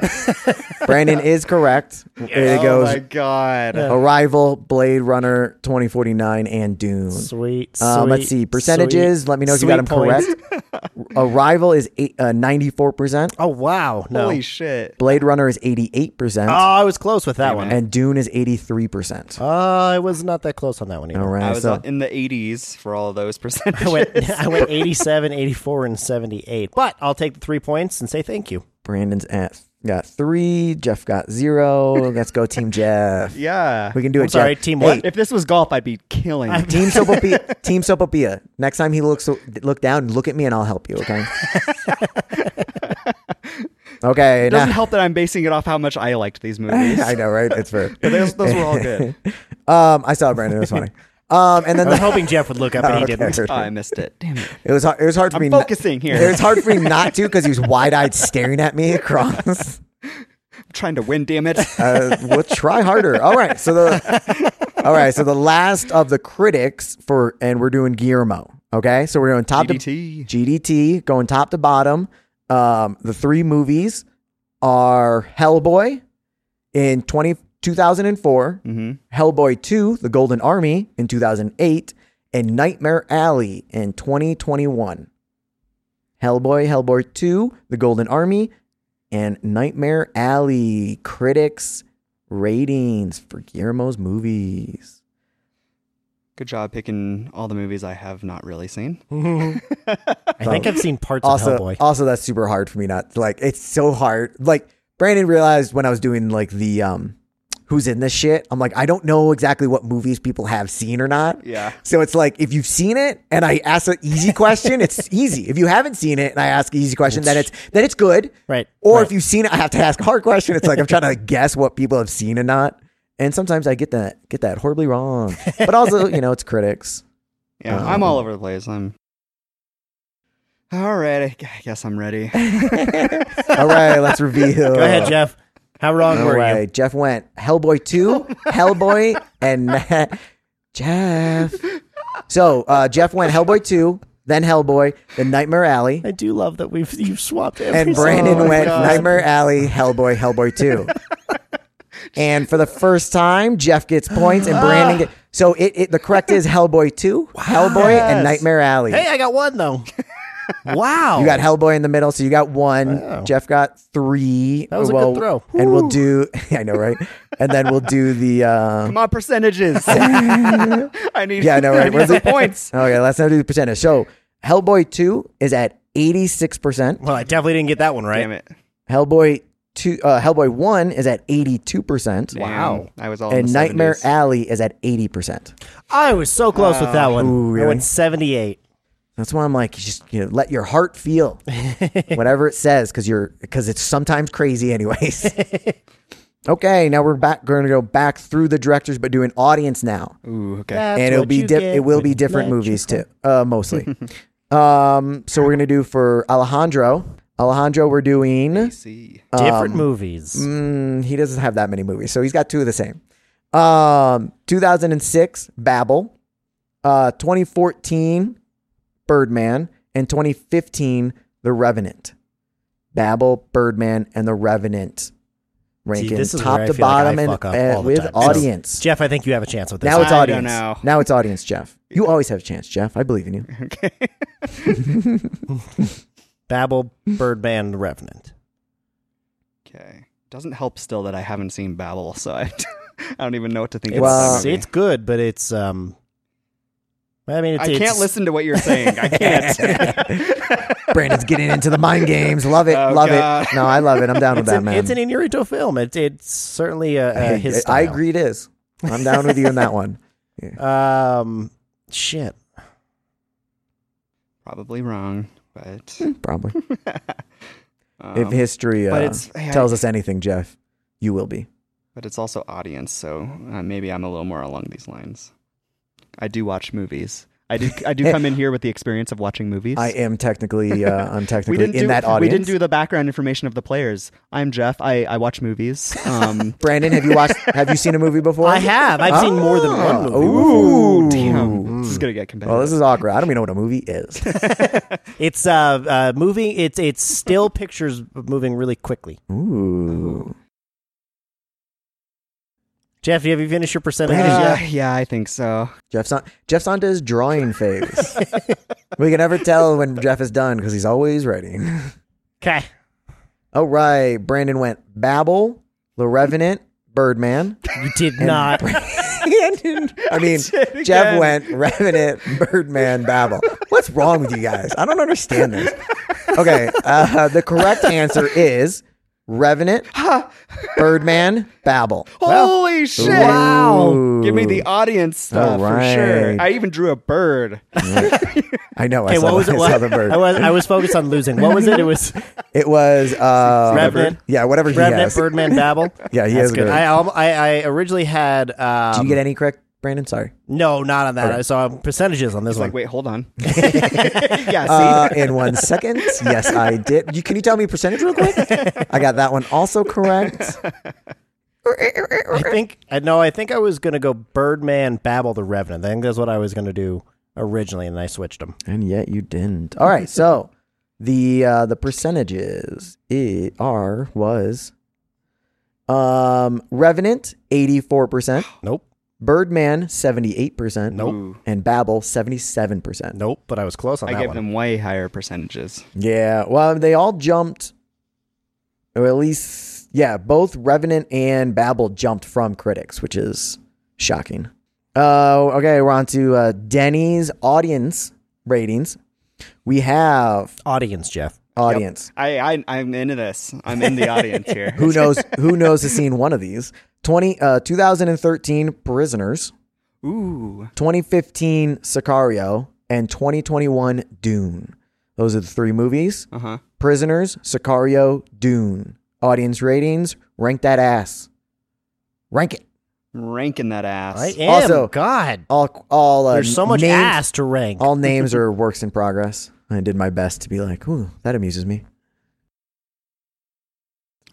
Brandon is correct. There it
Oh
goes.
my god.
Arrival, Blade Runner, 2049, and Dune.
Sweet.
Um, let's
sweet,
see percentages.
sweet-
Let me know if you got them
sweet points.
correct. Arrival is uh, ninety-four percent.
Oh wow! No.
Holy shit.
Blade Runner is eighty-eight percent,
oh, I was close with that one.
and Dune is eighty-three percent.
Uh, I was not that close on that one either.
All
Oh, I
right,
was
so
uh, in the 80s for all those percentages.
I went, I went 87, 84, and 78. But I'll take the three points and say thank you.
Brandon's at got three. Jeff got zero. Let's go, Team Jeff.
yeah.
We can do it.
sorry,
Jeff.
Team
Hey,
what?
If this was golf, I'd be killing. it.
Team Sopapia. Team Sopapia. Next time he looks look down, look at me, and I'll help you. Okay. okay.
It doesn't
now-
help that I'm basing it off how much I liked these movies.
I know, right? It's fair.
But those, those were all good.
Um, I saw it, Brandon. It was funny. Um, and then
I was
the,
hoping Jeff would look up, and he
Okay.
didn't.
Oh, I missed it. Damn it.
it was hard, it was hard for
I'm
me.
focusing here.
It was hard for me not to because he was wide eyed staring at me across.
I'm trying to win, damn it.
Uh, we'll try harder. All right. So the all right. So the last of the critics for and we're doing Guillermo. Okay. So we're doing top
GDT.
to GDT going top to bottom. Um, the three movies are Hellboy in 20, 2004,
hmm
Hellboy 2, The Golden Army in 2008, and Nightmare Alley in 2021. Hellboy, Hellboy 2, The Golden Army, and Nightmare Alley. Critics ratings for Guillermo's movies.
Good job picking all the movies I have not really seen.
I think I've seen parts of
Also,
Hellboy.
also that's super hard for me not like it's so hard. Like Brandon realized when I was doing like the um who's in this shit, I'm like I don't know exactly what movies people have seen or not.
Yeah.
So it's like if you've seen it and I ask an easy question, it's easy. If you haven't seen it and I ask an easy question, then it's then it's good.
Right,
Or
right.
if you've seen it, I have to ask a hard question. It's like I'm trying to guess what people have seen and not. And sometimes I get that get that horribly wrong. But also, you know, it's critics.
Yeah,
Um,
I'm all over the place. I'm. All right, I g- I guess I'm ready.
All right, let's reveal.
Go ahead, Jeff. How wrong
All
were
right,
you?
Jeff went Hellboy two, Hellboy, and Matt- Jeff. So uh, Jeff went Hellboy two, then Hellboy, then Nightmare Alley.
I do love that we've you've swapped every Oh
and
single-
Brandon
my
went
God.
Nightmare Alley, Hellboy, Hellboy 2. and for the first time, Jeff gets points and Brandon get, So it, it the correct is Hellboy 2, Hellboy and Nightmare Alley.
Hey, I got one though. wow,
you got Hellboy in the middle, so you got one.
Wow.
Jeff got three.
That was a good
Well,
throw.
And we'll do, I know, right? And then we'll do the, um,
Come on, percentages. I need.
yeah, I know,
I
right?
need
Where's
some
the
points.
Okay, let's now do the percentage. So Hellboy 2 is at 86%.
Well, I definitely didn't get that one right.
Damn it!
Hellboy 2, uh, Hellboy 1 is at 82%.
Damn. I was all. in
and
the
Nightmare
70s.
Alley is at 80%.
I was so close with that one.
Ooh,
I
really?
went seventy-eight.
That's why I'm like, just you know, let your heart feel whatever it says, because you're because it's sometimes crazy, anyways. okay, now we're back. We're gonna go back through the directors, but do an audience now,
Ooh, okay.
That's
and it'll
what
be
you
diff-
get
it will
when
be
you
different
let
movies too, uh, mostly. um, so we're gonna do for Alejandro. Alejandro, we're doing.
See.
your- different
Um,
movies.
Mm, he doesn't have that many movies, so he's got two of the same. Um, 2006, Babel. Uh, 2014, Birdman, and 2015, The Revenant. Babel, Birdman, and The Revenant.
See,
Ranking
this is
top
where I
to
feel like I
bottom
fuck up
and uh,
all the
with
time. So,
audience.
Jeff, I think you have a chance with this.
now it's
I don't
audience.
know.
Now it's audience, Jeff. You always have a chance, Jeff. I believe in you.
Okay.
Babel, Birdman, Revenant.
okay. Doesn't help still that I haven't seen Babel, so I, I don't even know what to think
It's,
Well-
about that movie.
it's good, but it's um. I mean, it's,
I can't
it's-
listen to what you're saying. I can't.
Brandon's getting into the mind games. Love it.
Oh,
love
God.
it. No, I love it. I'm down with
It's,
that,
an,
man.
it's an Inarito film. It, it's certainly uh uh
Hey,
his.
I
style.
agree it is. I'm down with you on that one.
Um, shit.
Probably wrong, but
Probably. Hmm. if
um,
history
but
uh,
it's- hey, I-
tells us anything, Jeff, you will be.
but it's also audience, so uh, maybe I'm a little more along these lines. I do watch movies. I do. I do come in here with the experience of watching movies.
I am technically, uh, I'm
we
technically
didn't
in
do,
that audience.
We didn't do the background information of the players. I'm Jeff. I, I watch movies. Um,
Brandon, have you watched? have you seen a movie before?
I have. I've seen more than
Ah.
one movie.
Oh. Ooh,
damn, this is gonna get competitive.
Well, this is awkward. I don't even know what a movie is.
It's uh, uh moving. It's it's still pictures moving really quickly.
Ooh,
Jeff, have you finished your percentage?
Uh,
yet?
yeah, I think so.
Jeff's on Jeff's onto his drawing phase. we can never tell when Jeff is done because he's always ready.
Okay.
All right, Brandon went Babel, The Revenant, Birdman.
You did not.
Brandon, I mean,
Did
Jeff
again.
went Revenant, Birdman, Babel. What's wrong with you guys? I don't understand this. Okay, uh, the correct answer is Revenant, Birdman, Babel.
Oh. Holy shit!
Ooh.
Give me the audience stuff
All
for
right.
sure. I even drew a bird.
I know. I,
Okay,
saw,
what was
I
it?
saw
What?
the bird.
I was I was focused on losing. What was it? It was
It was uh,
Revenant.
Yeah, whatever he
Revenant,
has.
Birdman, Babel.
Yeah, he
That's
has
good.
good.
I, al- I I originally had. Um,
Did you get any correct, Brandon? Sorry.
No, not on that. I saw percentages on this
It's
one.
like, wait, hold on. yeah, see,
Uh, in one second. Yes, I did. You, can you tell me percentage real quick? I got that one also correct.
I think I no, I think I was gonna go Birdman, Babel, the Revenant. I think that's what I was gonna do originally, and I switched them.
And yet you didn't. All right, so the uh, the percentages it are was um Revenant 84%,
Nope,
Birdman 78%,
nope,
and Babel 77%.
nope. But I was close on
I
that
gave
one.
them way higher percentages.
Yeah. Well, they all jumped, or at least, yeah, both Revenant and Babel jumped from critics, which is shocking. Uh, okay, we're on to uh, Denny's audience ratings. We have
Audience, Jeff.
audience.
I, I I'm into this. I'm in the audience here.
Who knows? Who knows has seen one of these? 20, uh, 2013 Prisoners,
Ooh,
2015 Sicario, and 2021 Dune. Those are the three movies.
uh huh.
Prisoners, Sicario, Dune. Audience ratings, rank that ass. Rank it.
Ranking that ass.
I am
Also-
God.
All all uh,
There's so much
names-
ass to rank.
All names are works in progress. I did my best to be like, ooh, that amuses me.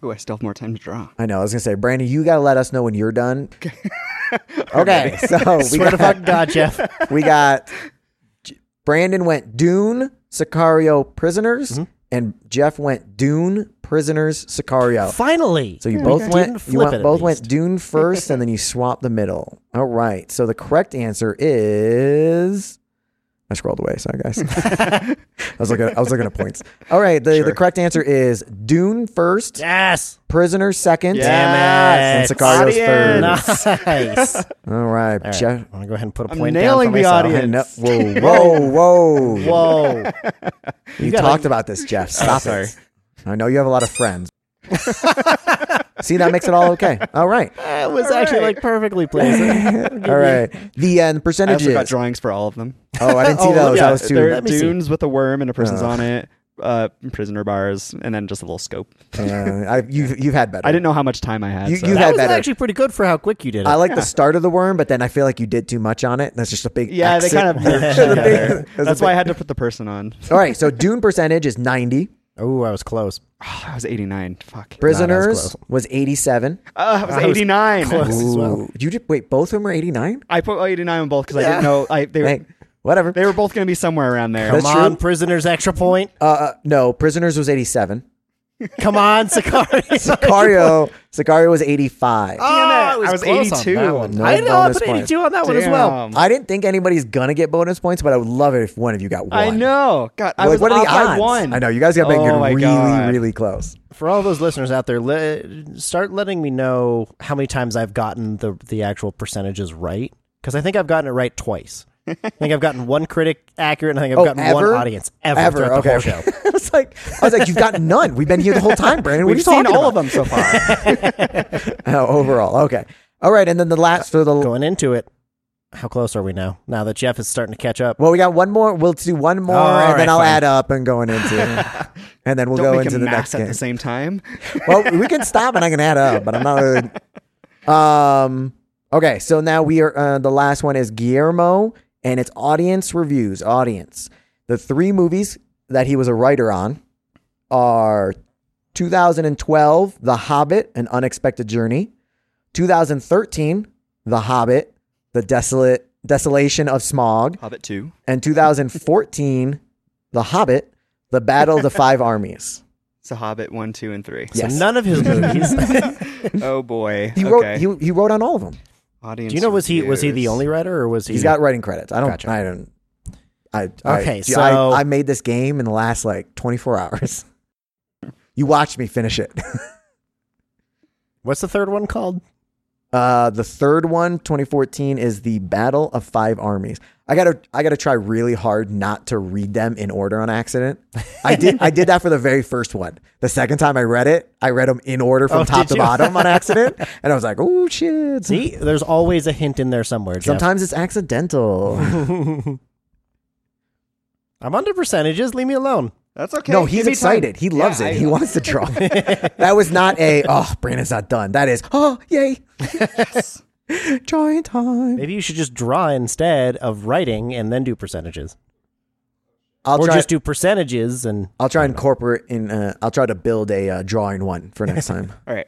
Ooh, I still have more time to draw.
I know. I was gonna say, Brandon, you gotta let us know when you're done. Okay, so Oh, we
Swear to
got, Oh.
fucking God, Jeff.
we got J- Brandon went Dune, Sicario, Prisoners, and Jeff went Dune, Prisoners, Sicario.
Finally,
So you
Yeah,
both
we
went.
didn't flip
you went,
it at
both went
least.
Dune first, and then you swapped the middle. All right. So the correct answer is. I scrolled away. Sorry, guys. I was looking. At, I was looking at points. All right. The, the correct answer is Dune first,
Yes.
Prisoner second,
Damn
and
it.
Sicario's third.
Nice. All
All right.
right.
Jeff.
I'm gonna go ahead and put a
I'm
point
nailing
down for
the
myself.
audience.
No, whoa, whoa, whoa!
Whoa.
You,
gotta-
talked about this, Jeff. Stop
sorry.
it. I know you have a lot of friends. See, that makes it all okay. All right,
It was actually like perfectly placed.
all right. The end
I also got
percentages.
drawings for all of them.
Oh, I didn't see
Oh,
those.
yeah,
I was too.
There are
Let me see.
dunes with a worm and a person's on it. Uh, prisoner bars, and then just a little scope.
Uh, I, you've you've had better.
I didn't know how much time I had.
You-
so.
you
That
had
was
better.
actually pretty good for how quick you did it.
I like the start of the worm, but then I feel like you did too much on it. That's just a big.
yeah, they
exit.
kind of merged
That's a big-
together.
that's a
That's why I
big-
had to put the person on.
All right, so Dune percentage is ninety.
oh, I was close.
Oh, I was 89. Fuck.
Prisoners
close.
was eighty-seven.
Uh, I was
I was
89.
close. As well.
Ooh, you did wait. Both of them are eighty-nine.
I put 89 on both because I didn't know. I they were,
Hey, whatever.
they were both going to be somewhere around there.
Come
That's
on,
true.
prisoners, extra point.
Uh, uh, no, prisoners was eighty-seven.
Come on, Sicario.
Sicario, Sicario was eighty-five.
Damn it. I was
close on
82.
that one.
No
I know. I
bonus
put 82 on that one as
Damn.
well.
I didn't think anybody's gonna get bonus points, but I would love it if one of you got one.
I know. God, I
Like,
was
what are
off
the odds?
by one.
I know you guys got
Oh
making
my
really,
God.
really close.
For all those listeners out there, le- start letting me know how many times I've gotten the the actual percentages right because I think I've gotten it right twice. I think I've gotten one critic accurate, and I think I've
Oh,
gotten one
ever?
audience ever,
Ever,
throughout the
okay,
whole
okay.
show.
I was like, I was like, you've got none. We've been here the whole time, Brandon.
We've
what are you
seen
talking
all of
about?
them so far.
Oh, overall, okay, all right. And then the last for the
Going into it, how close are we now? Now that Jeff is starting to catch up,
well, we got one more. We'll do one more,
All
and
right,
then I'll
fine.
add up and going into, it. and then we'll
Don't
go
make
into
a
the next
mass at
game.
the same time.
well, we can stop and I can add up, but I'm not really. Um. Okay, so now we are. Uh, the last one is Guillermo and it's audience reviews. Audience. The three movies that he was a writer on are 2012, The Hobbit, An Unexpected Journey, 2013, The Hobbit, The Desolate Desolation of Smog,
Hobbit two.
and 2014, The Hobbit, The Battle of the Five Armies.
It's a Hobbit one, two, and three.
So
Yes.
none of his movies.
oh boy.
He wrote
okay.
he, he wrote on all of them.
Audience
Do you know was he was he the
reviews.
only writer or was he?
He's got writing credits. I don't
Gotcha.
I don't I, I-
Okay,
dude, I-
so-
I, made this game in the last like 24 hours. You watched me finish it.
what's the third one called?
Uh, the third one, 2014, is the Battle of Five Armies. I gotta, I gotta try really hard not to read them in order on accident. I did, I did that for the very first one. The second time I read it, I read them in order from
Oh, did
top to
you?
bottom on accident, and I was like, "Oh shit!"
See, there's always a hint in there somewhere. Jeff.
Sometimes it's accidental.
I'm under percentages. Leave me alone.
That's okay.
no, he's
Give me time.
excited. He loves
Yeah,
it.
I-
he wants to draw. that was not a. Oh, Brandon's not done. That is. Oh, yay! Drawing time.
Maybe you should just draw instead of writing and then do percentages,
I'll
or
try.
just do percentages and.
I'll try and incorporate in. Uh, I'll try to build a uh, drawing one for next time.
All right.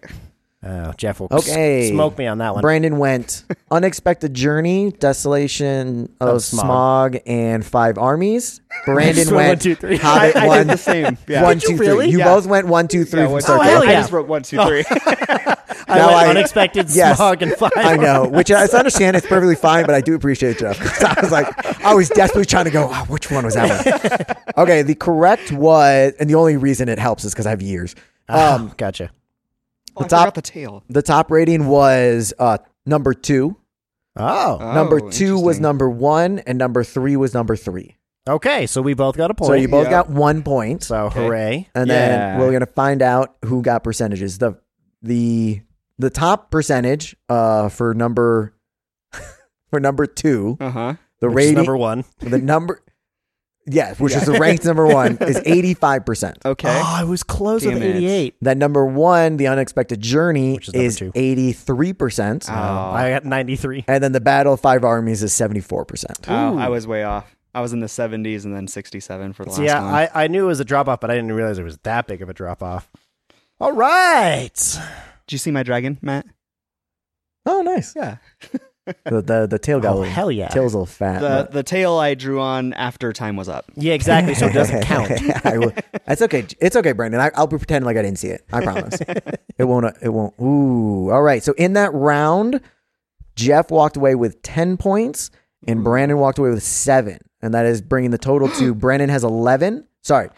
Oh, Jeff will s-
Okay.
smoke me on that one.
Brandon went Unexpected Journey, Desolation of,
Of
smog.
Smog.
and Five Armies. Brandon
Just went
went
one, two, three.
Hobbit
I, I
one,
did the same. Yeah.
one,
Did you
two, three.
really?
You
Yeah.
both went one, two, three
Yeah,
from
one, two,
circle.
Oh, hell
three. I
yeah.
just wrote one, two, three.
Oh, I
Now
went
I-
unexpected
Yes.
smog and fire.
I know, which I understand. It's perfectly fine, but I do appreciate Jeff. 'Cause I was like, I was desperately trying to go, "Ah, which one was that one? okay, the correct was, and the only reason it helps is because I have years.
Um, gotcha.
Oh, I
top-
forgot the tail.
The top rating was uh, number two.
Oh,
number
Oh,
two was
interesting.
number one, and number three was number three.
okay. So we both got a point.
uh, So you both
Yeah.
got one point.
So hooray!
and
Yeah.
then we're gonna find out who got percentages. The the the top percentage uh for number for number two,
Uh huh.
the
Which is
rating
number one.
the number yeah, which is the ranked number one is eighty five percent.
Okay.
Oh, I was close
Damn
with
it.
eighty-eight.
Then number one, the unexpected journey
Which is number
is
two. Ah.
eighty three percent.
Oh.
I got ninety-three.
And then the battle of five armies is seventy four percent.
Ah.
Oh, I was way off. I was in the 70s and then 67 for the last
So yeah,
one.
I, I knew it was a drop off, but I didn't realize it was that big of a drop off. All right.
Did you see my dragon, Matt?
Oh nice.
Yeah.
The the, the tail got
Oh,
a little-
hell yeah.
Tail's a little fat.
The
but-
the tail I drew on after time was up.
Yeah, exactly. So it doesn't count.
I will- That's okay. It's okay, Brandon. I, I'll be pretending like I didn't see it. I promise. it won't. It won't. Ooh. All right. So in that round, Jeff walked away with ten points,
Hmm.
and Brandon walked away with seven, and that is bringing the total to Brandon has eleven. Sorry,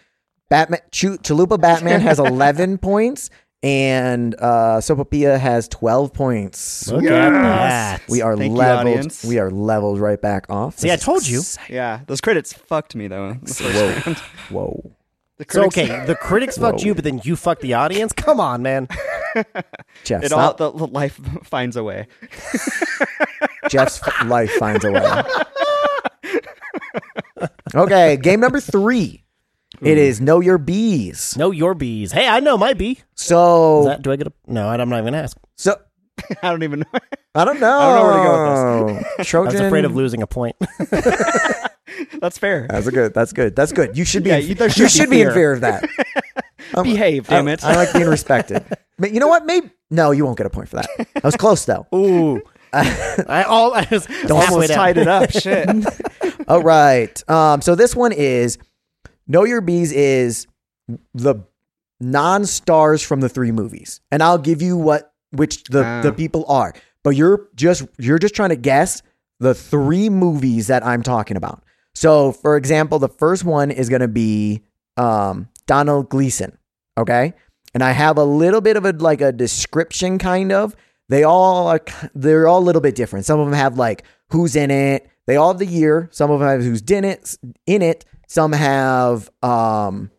Batman. Ch- Chalupa Batman has eleven points, and uh, Sopapia has twelve points.
Look at that.
We are
Thank you,
leveled.
audience.
we are leveled right back off.
See, I
This is
told you.
Yeah. Those credits fucked me though. in The first round.
exci- Whoa.
The
So
critics-
okay, the critics fucked you, but then you fucked the audience. Come on, man.
Jeff,
It
stop.
all the, the life finds a way.
Jeff's f- life finds a way. Okay, game number three. It is know your bees.
Know your bees. Hey, I know my bee. Is
So,
that, do I get a? No, I- I'm not even gonna ask.
so
I don't even know.
I don't know.
don't know where
to go with this.
I
Trojan.
was afraid of losing a point.
That's fair.
That's a good. That's good. That's good. You should be.
Yeah,
in,
you-
you,
there should
should
be
be in
fear.
fear of that.
Behave, damn it.
I like being respected. But you know what? Maybe no. You won't get a point for that. I was close though.
Ooh. I all I was halfway
almost
down.
tied it up. Shit.
All right. Um, so this one is Know Your Bees is the non stars from the three movies. And I'll give you what which the,
Ah.
the people are. But you're just you're just trying to guess the three movies that I'm talking about. So for example, the first one is gonna be um, Donald Gleason. Okay. And I have a little bit of a like a description kind of. They all are k- they're all a little bit different. Some of them have like who's in it. They all have the year. Some of them have who's in it in it. Some have um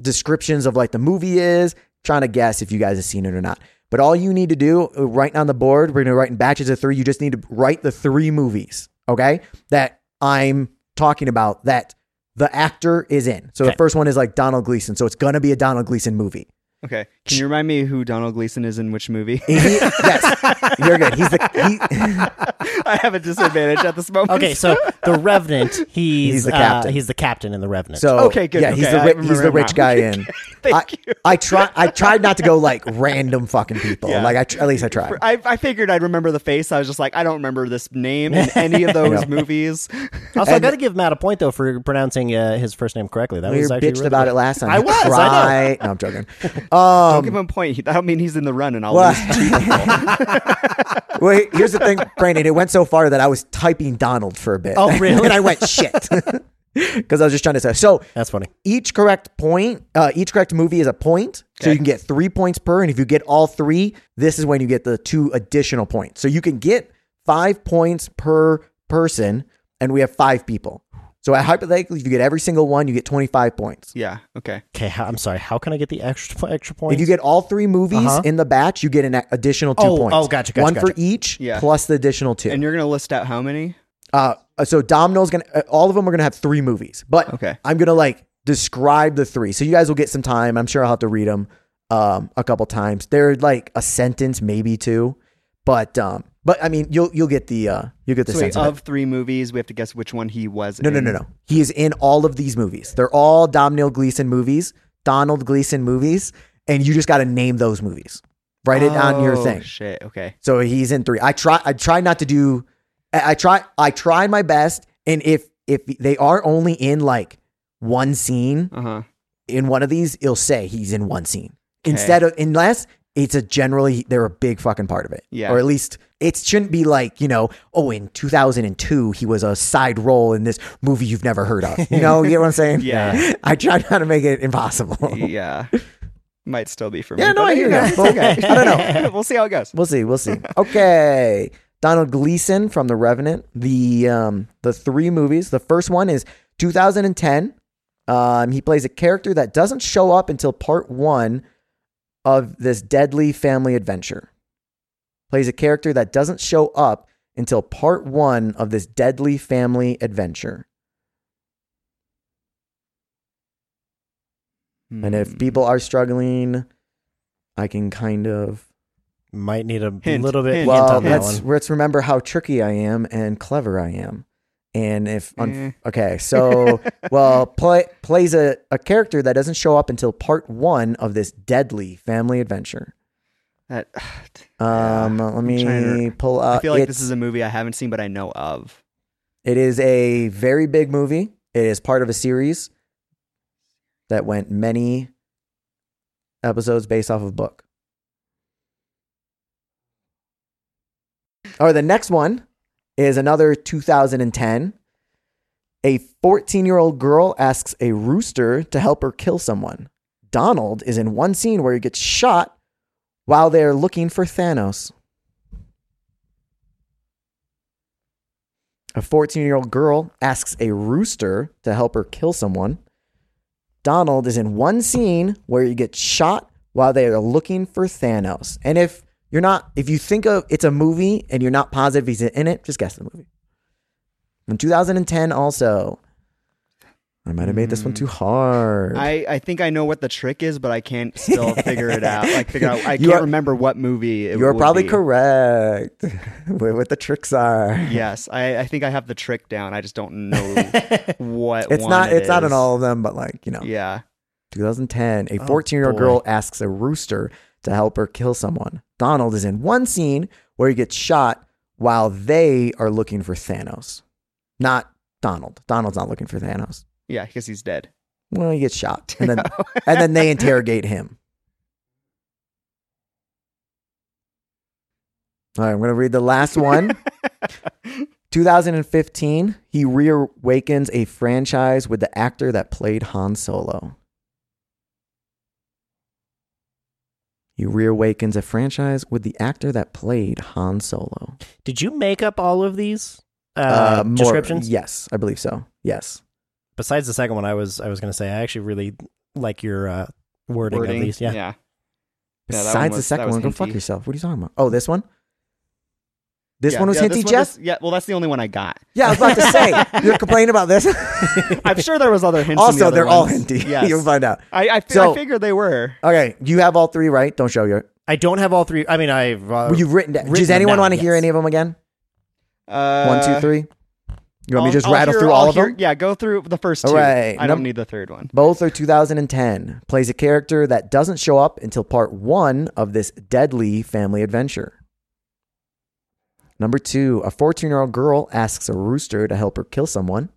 descriptions of like the movie is, trying to guess if you guys have seen it or not. But all you need to do uh, right now on the board, we're gonna write in batches of three. You just need to write the three movies, okay? That I'm talking about that the actor is in. So the
Okay.
first one is like Donald Gleason. So it's gonna be a Donald Gleason movie.
Okay. Can you remind me who Donald Gleason is in which movie?
He- yes, you're good. He's the he,
I have a disadvantage at this moment.
Okay, so the Revenant, he's
He's the
uh,
captain.
he's the captain in the Revenant.
So
Okay, good,
Yeah, he's
okay,
the
I
ri-
remember
he's the
him
rich
now.
guy in.
Thank
I,
you.
I try. I tried not to go like random fucking people.
Yeah.
Like I tr- at least I tried.
I, I figured I'd remember the face. I was just like, I don't remember this name in any of those
Yeah.
movies.
also, I
and-
got to give Matt a point though for pronouncing uh, his first name correctly. That
We
was
were
actually
bitching
really
about
good.
it last time.
I was, I know.
Try- No, I'm joking. Um,
Don't give him a point. I don't mean he's in the run and all
Well-
these two people.
Well, here's the thing, Brandon. It went so far that I was typing Donald for a bit.
Oh, really?
and I went shit because I was just trying to say. So
That's funny.
each correct point, uh, each correct movie is a point. So you can get three points per, and if you get all three, this is when you get the two additional points. So you can get five points per person, and we have five people. So hypothetically, if you get every single one, you get 25 points.
Yeah. Okay.
Okay, how- I'm sorry. How can I get the extra extra points?
If you get all three movies
Uh-huh.
in the batch, you get an additional two
Oh,
points.
oh, gotcha, gotcha,
One for
gotcha.
each,
Yeah.
plus the additional two.
And you're gonna list out how many?
Uh, so Domino's gonna uh, all of them are gonna have three movies, but
Okay.
I'm gonna like describe the three, so you guys will get some time. I'm sure I'll have to read them um, a couple times. They're like a sentence, maybe two, but um, but I mean you'll you'll get the uh, you'll get the
So wait,
sense of, it.
of three movies, we have to guess which one he was.
No, no,
in.
no, no. He is in all of these movies. They're all Domino Gleason movies, Donald Gleason movies, and you just got to name those movies. Write it on your
Oh,
thing.
Shit. Okay.
So he's in three. I try. I try not to do. I I try. I try my best. And if if they are only in like one scene
Uh huh.
in one of these, it'll say he's in one scene instead of unless it's a generally they're a big fucking part of it.
Yeah.
Or at least it shouldn't be like you know. Oh, in two thousand and two, he was a side role in this movie you've never heard of. You know. you get what I'm saying?
Yeah.
I try not to make it impossible.
yeah. uh, Might still be for me.
Yeah, no,
but
I
you
hear
know,
you.
it's
Well,
okay.
I don't
know. we'll see how it goes.
We'll see. We'll see. Okay. Donald Gleason from The Revenant. The um the three movies. The first one is 2010. Um, he plays a character that doesn't show up until part one of this deadly family adventure. Plays a character that doesn't show up until part one of this deadly family adventure. And
Hmm.
if people are struggling, I can kind of
might need a
Hint,
little bit
hint,
hint
Well,
on that
let's
one.
let's remember how tricky I am and clever I am. And if un-
Eh.
okay, so well, play, plays a, a character that doesn't show up until part one of this deadly family adventure.
That-
Um,
Yeah.
let
I'm trying to-
me pull up.
I feel like
uh, it's-
this is a movie I haven't seen, but I know of.
it is a very big movie. It is part of a series that went many episodes based off of book. Or the next one is another 2010. A 14 year old girl asks a rooster to help her kill someone. Donald is in one scene where he gets shot while they're looking for Thanos. A 14 year old girl asks a rooster to help her kill someone. Donald is in one scene where he gets shot while they are looking for Thanos. And if you're not, if you think of it's a movie and you're not positive he's in it, just guess the movie. In 2010, also, I might have made this one too hard.
I, I think I know what the trick is, but I can't still figure it out. Like figure out I
You are-
can't remember what movie it
you're
would
probably
be.
correct with what the tricks are.
Yes, I, I think I have the trick down. I just don't know what.
it's
one
not,
it
it's not in
is.
all of them, but like, you know.
Yeah. Oh,
2010, a 14 year old
boy.
girl asks a rooster to help her kill someone. Donald is in one scene where he gets shot while they are looking for Thanos. Not Donald. Donald's not looking for Thanos.
Yeah, because he's dead.
Well, he gets shot. And then, and then they interrogate him. All right, I'm going to read the last one. 2015, he reawakens a franchise with the actor that played Han Solo. He reawakens a franchise with the actor that played Han Solo.
Did you make up all of these uh,
Uh, more-
descriptions?
Yes, I believe so. Yes.
Besides the second one, I was I was going to say I actually really like your uh, wording,
Wording.
at least. Yeah.
yeah. Yeah, that one
Besides the
was- that
second
was
one, go
hinty.
fuck yourself. What are you talking about? Oh, this one? This
Yeah,
one was
yeah,
hinty,
one-
Jeff?
this- yeah, well, that's the only one I got.
Yeah, I was about to say. You're complaining about this?
I'm sure there was other hints. in the
also,
other
they're all
ones.
hinty.
Yes.
You'll find out.
I, I, fi-
So-
I figured they were.
Okay, you have all three, right? Don't show your.
I don't have all three. I mean, I've uh,
Well, you've written. down.
written
Does
them
anyone
down,
want to hear
yes.
any of them again?
Uh,
One, two, three. You want me to
I'll-
just
I'll
rattle
hear-
through
I'll
all of
hear-
them?
Yeah, go through the first two.
All right.
I don't
Num-
need the third one.
Both are 2010. Plays a character that doesn't show up until part one of this deadly family adventure. Number two, a 14 year old girl asks a rooster to help her kill someone.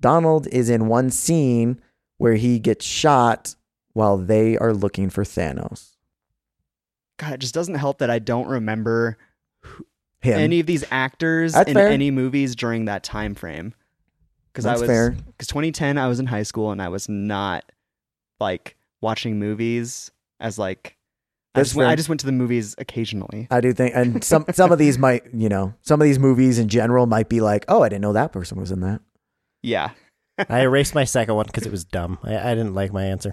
Donald is in one scene where he gets shot while they are looking for Thanos.
God, it just doesn't help that I don't remember
Him.
any of these actors
That's
in
fair.
any movies during that time frame. Because I
That's
was
fair.
because 2010 I was in high school and I was not like watching movies as like I
That's
just, went, I
fair.
just went to the movies occasionally.
I do think, and some some of these might, you know, some of these movies in general might be like, oh, I didn't know that person was in that.
Yeah.
I erased my second one because it was dumb. I, I didn't like my answer.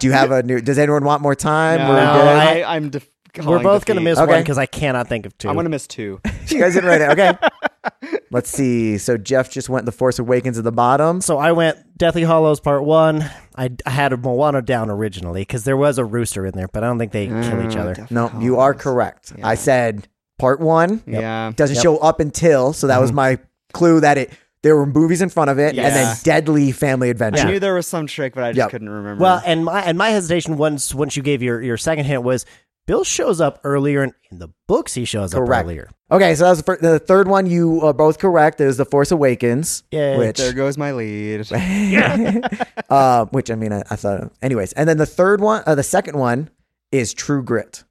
Do you have a new? Does anyone want more time?
No,
We're good.
I, I'm def-
We're
calling
both going to
defeat.
miss
Okay.
one because I cannot think of 2
I'm gonna miss two.
You guys didn't write it. Okay. Let's see. So Jeff just went The Force Awakens at the bottom.
so I went Deathly Hollows Part 1. I, I had Moana down originally because there was a rooster in there, but I don't think they kill each
Oh,
other.
Death
No, you are
Hollows.
correct.
Yeah.
I said part one
Yeah. Mm-hmm.
doesn't show up until, so that was my clue that it there were movies in front of it, and then
Yeah.
Deadly Family Adventure.
I knew there was some trick, but I just
Yep.
couldn't remember.
Well, and my and my hesitation once once you gave your, your second hint was Bill shows up earlier in, in the books. He shows up
Correct.
earlier.
Okay, so that was the, fir- the third one. You are both correct. It was The Force Awakens,
Yay.
which
there goes my lead.
uh, which I mean, I, I thought. Anyways, and then the third one, uh, the second one is True Grit.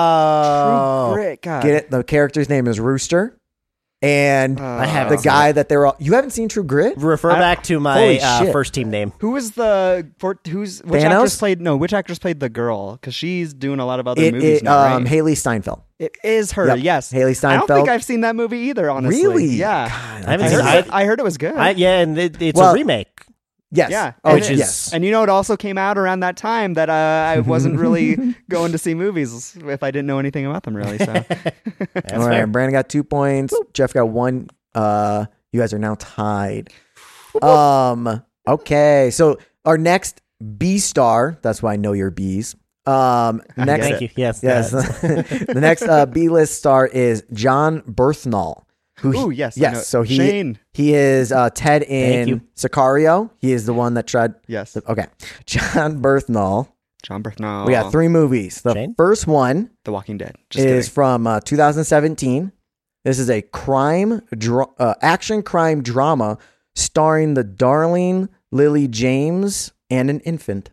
Oh,
Rick, God.
Get it? The character's name is Rooster, and
Uh,
I haven't
the
seen
guy that they're all. You haven't seen True Grit?
refer
I-
back to my
Holy
uh,
shit.
first team name.
Who was the for, who's which
Thanos?
actress played no which actress played the girl because she's doing a lot of other
It,
movies
it,
now
um,
right?
Haley Steinfeld.
it is her
Yep.
yes
Haley
I don't
Steinfeld.
think I've seen that movie either honestly
really?
yeah
God,
I haven't
I
seen
heard,
I-
it, I heard it was good
I, yeah, and it, it's
Hmm. Well-
a remake.
yes.
yeah
Oh,
and it-
yes.
and you know it also came out around that time that uh, I wasn't really going to see movies if I didn't know anything about them really so
That's
All right.
fair.
Brandon got two points. Jeff got one. Uh, you guys are now tied. Um. Okay. So our next B star. That's why I know your B's. Um. Next.
Thank you. Yes.
Yes.
that's-
the next uh, B list star is John Berthnall. Who?
Ooh, yes, I know.
Yes. So he
Shane.
he is uh, Ted in
you.
Sicario. He is the one that tried.
yes
Okay. John Berthnall.
John Bernthal
We got three movies. The
Shane?
first one
The Walking Dead just
is
kidding.
from uh, 2017. This is a crime dra- uh, action crime drama starring the darling Lily James and an infant.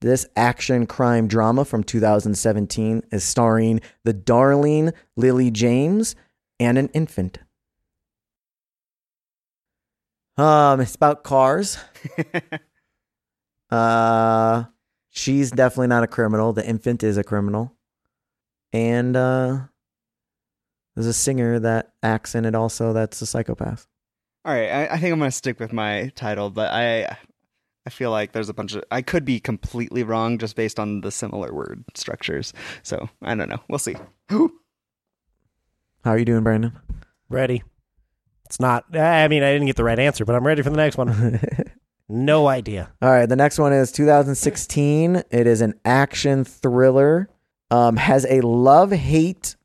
This action crime drama from 2017 is starring the darling Lily James and an infant. Um, it's about cars. uh, she's definitely not a criminal. The infant is a criminal and uh there's a singer that acts in it also that's a psychopath
All right, I, I think I'm gonna stick with my title, but I I feel like there's a bunch of I could be completely wrong just based on the similar word structures. So I don't know. We'll see.
how are you doing brandon
Ready. It's not. I mean, I didn't get the right answer, but I'm ready for the next one. no idea.
all right the next one is 2016 it is an action thriller um has a love hate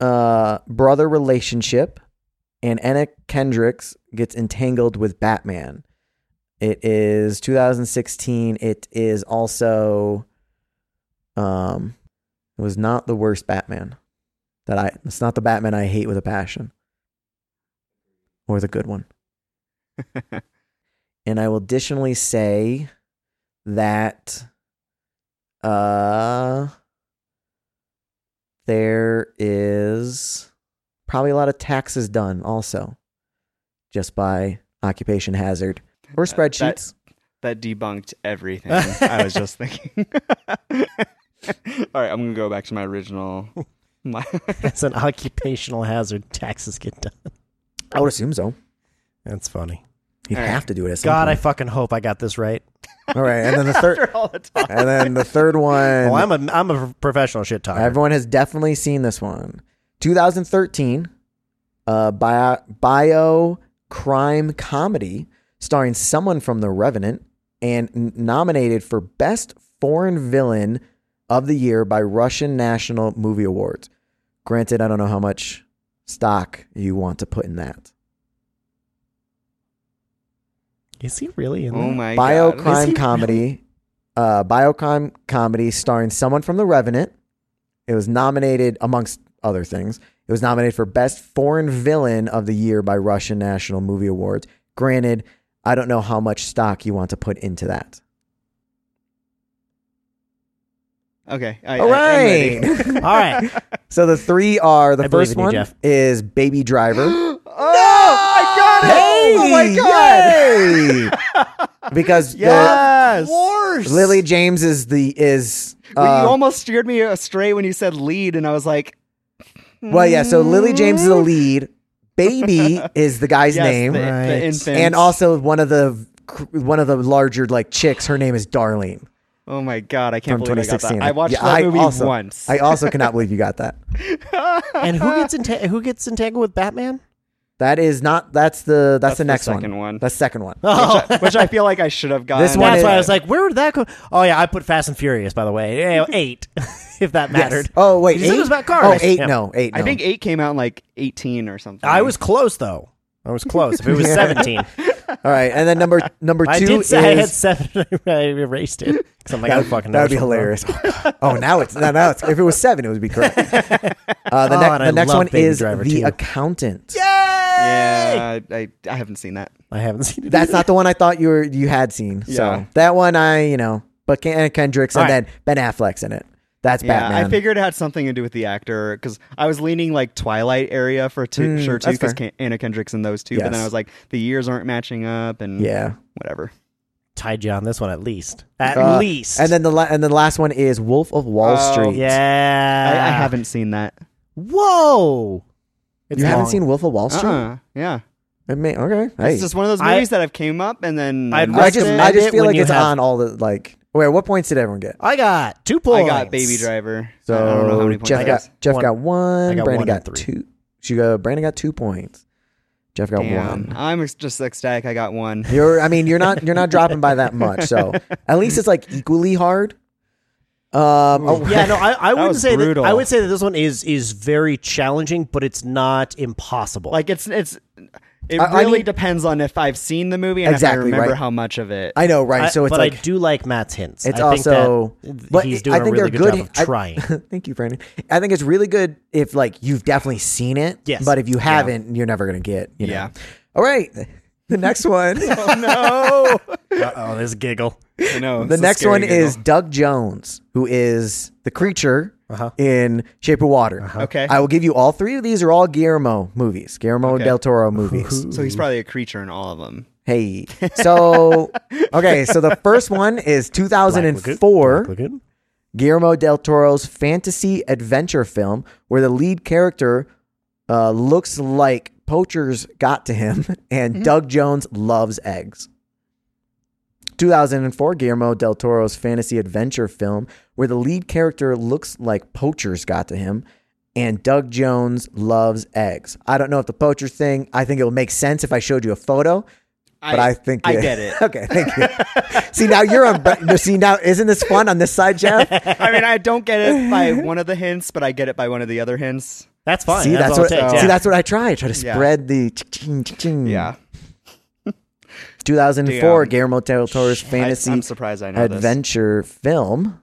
uh brother relationship and anna kendricks gets entangled with batman it is 2016 it is also um it was not the worst batman that i it's not the batman i hate with a passion or the good one and i will additionally say that uh there is probably a lot of taxes done also just by occupation hazard or
That- that-
spreadsheets
that debunked everything I was just thinking. All right, I'm gonna go back to my original. My
It's an occupational hazard. Taxes get done.
I would assume so.
That's funny.
You'd
All right.
have to do it. At some
God, I
point.
fucking hope I got this right.
all right, and then the third,
after all the time. Oh,
and then the third one.
Well, Oh, I'm a I'm a professional shit talker.
everyone has definitely seen this one. 2013, uh, bio, bio crime comedy starring someone from The Revenant, and n- nominated for best foreign villain of the year by Russian National Movie Awards. Granted, I don't know how much stock you want to put in that.
Is he really in
Oh
that?
my
Is
god.
he
biocrime
really?
comedy, uh, biocrime comedy starring someone from The Revenant. It was nominated amongst other things. It was nominated for best foreign villain of the year by Russian National Movie Awards. Granted, I don't know how much stock you want to put into that.
Okay. I,
All
I- I'm ready.
right.
All right.
so the three are the
I believe
first
in you,
one
Jeff.
is Baby Driver.
Oh, I got it. oh my god.
Hey! because the-
Yes.
Wars.
Lily James is the is
Well,
uh,
you almost steered me astray when you said lead, and I was like, Mm,
Well, yeah. So Lily James
Mm.
is the lead. Baby is the guy's
yes,
name,
the, the
Right.
infant.
and also one of the one of the larger like chicks. Her name is Darlene
oh my god, I can't
from
believe I got
2016.
that. I watched
Yeah,
that
I
movie
also-
once.
I also cannot believe you got that.
and who gets enta- who gets entangled with Batman?
That is not. That's the that's,
That's
the
the
next
second one.
That's the second one.
Oh,
which, I, which I feel like I should have gotten.
This uh, one
that's
is-
why I was like, where would that go? Oh yeah, I put Fast and Furious by the way. Eh, Eight, if that mattered.
Oh wait,
You said
eight?
it was about cars.
Oh eight,
Yeah.
no, eight.
I
no.
think eight came out in like eighteen or something.
I was close though. I was close. If it was seventeen,
All right, and then number number two
I did
is
say I had seven. I erased it because I'm like, I
that,
don't fucking.
that
know
would be
which one.
hilarious. Oh, now it's now, now it's if it was seven, it would be correct. Uh, the,
Oh,
next
and I
the next
love
one
Baby
is
Driver,
the
too.
accountant.
Yeah, I, I haven't seen that.
I haven't seen it.
That's not the one I thought you were you had seen.
Yeah.
So that one I you know, but Ken, Anna Kendrick's and
All right.
then Ben Affleck's in it. That's
Yeah,
Batman.
I figured it had something to do with the actor because I was leaning like Twilight area for two,
Mm,
sure too
that's
because Anna Kendrick's in those two, but then
Yes.
I was like the years aren't matching up and
Yeah.
whatever.
tied you on this one at least. At
Uh,
least.
And then the la- and then the last one is Wolf of Wall
Oh,
Street.
yeah,
I, I haven't seen that.
Whoa. It's
You haven't
long.
seen Wolf of Wall Street?
Uh-uh. Yeah,
I mean, okay. Hey.
it's just one of those
I-
movies that have came up and then
I'd
I just
recommend
I just
it
feel
when
like
you
it's
have-
on all the like. Wait, what points did everyone get?
I got two
I
points.
got Baby Driver.
So
I don't know how many points
Jeff
I
got
got.
Jeff
one.
got one.
I got
Brandon
one and
got
three.
two. She got Brandon got two points. Jeff got
Damn,
one.
I'm ex- just ecstatic. I got one.
You're I mean you're not you're not dropping by that much. So at least it's like equally hard. Um, oh,
Yeah, no, I, I wouldn't
was
say
brutal.
that. I would say that this one is is very challenging, but it's not impossible.
Like it's it's it
I- I
really
mean-
depends on if I've seen the movie and
Exactly,
if I remember
right.
how much of it.
I know, right?
I-
so it's
but
like
I do like Matt's hints.
it's
I think
also.
that
but
he's
I-
doing
I think
a really
they're
good,
good.
job
I-
of trying.
Thank you, Brandon. I think it's really good if like you've definitely seen it.
Yes.
But if you haven't, you're never gonna get. You know?
Yeah.
All right. The next one.
oh,
no,
this giggle.
I know.
the next one is Doug Jones, who is the creature
Uh-huh.
in Shape of Water.
Okay.
I will give you all three of these are all Guillermo movies, Guillermo
Okay.
del Toro movies.
So he's probably a creature in all of them.
Hey. So, okay. So the first one is 2004. Guillermo del Toro's fantasy adventure film where the lead character uh, looks like poachers got to him and Doug Jones loves eggs. 2004 Guillermo del Toro's fantasy adventure film where the lead character looks like poachers got to him and Doug Jones loves eggs. I don't know if the poacher thing, I think it would make sense if I showed you a photo, but I, think
I get it.
okay, thank you. see now you're on. but- See now isn't this fun on this side, Jeff?
I mean, I don't get it by one of the hints, but I get it by one of the other hints.
That's fine.
see
that's,
that's,
all
what.
it takes.
See
yeah.
that's what I try. I try to
Yeah.
spread the. ching, ching, ching.
Yeah,
2004
Damn.
Guillermo del Toro's fantasy
I, am surprised I know this.
adventure film.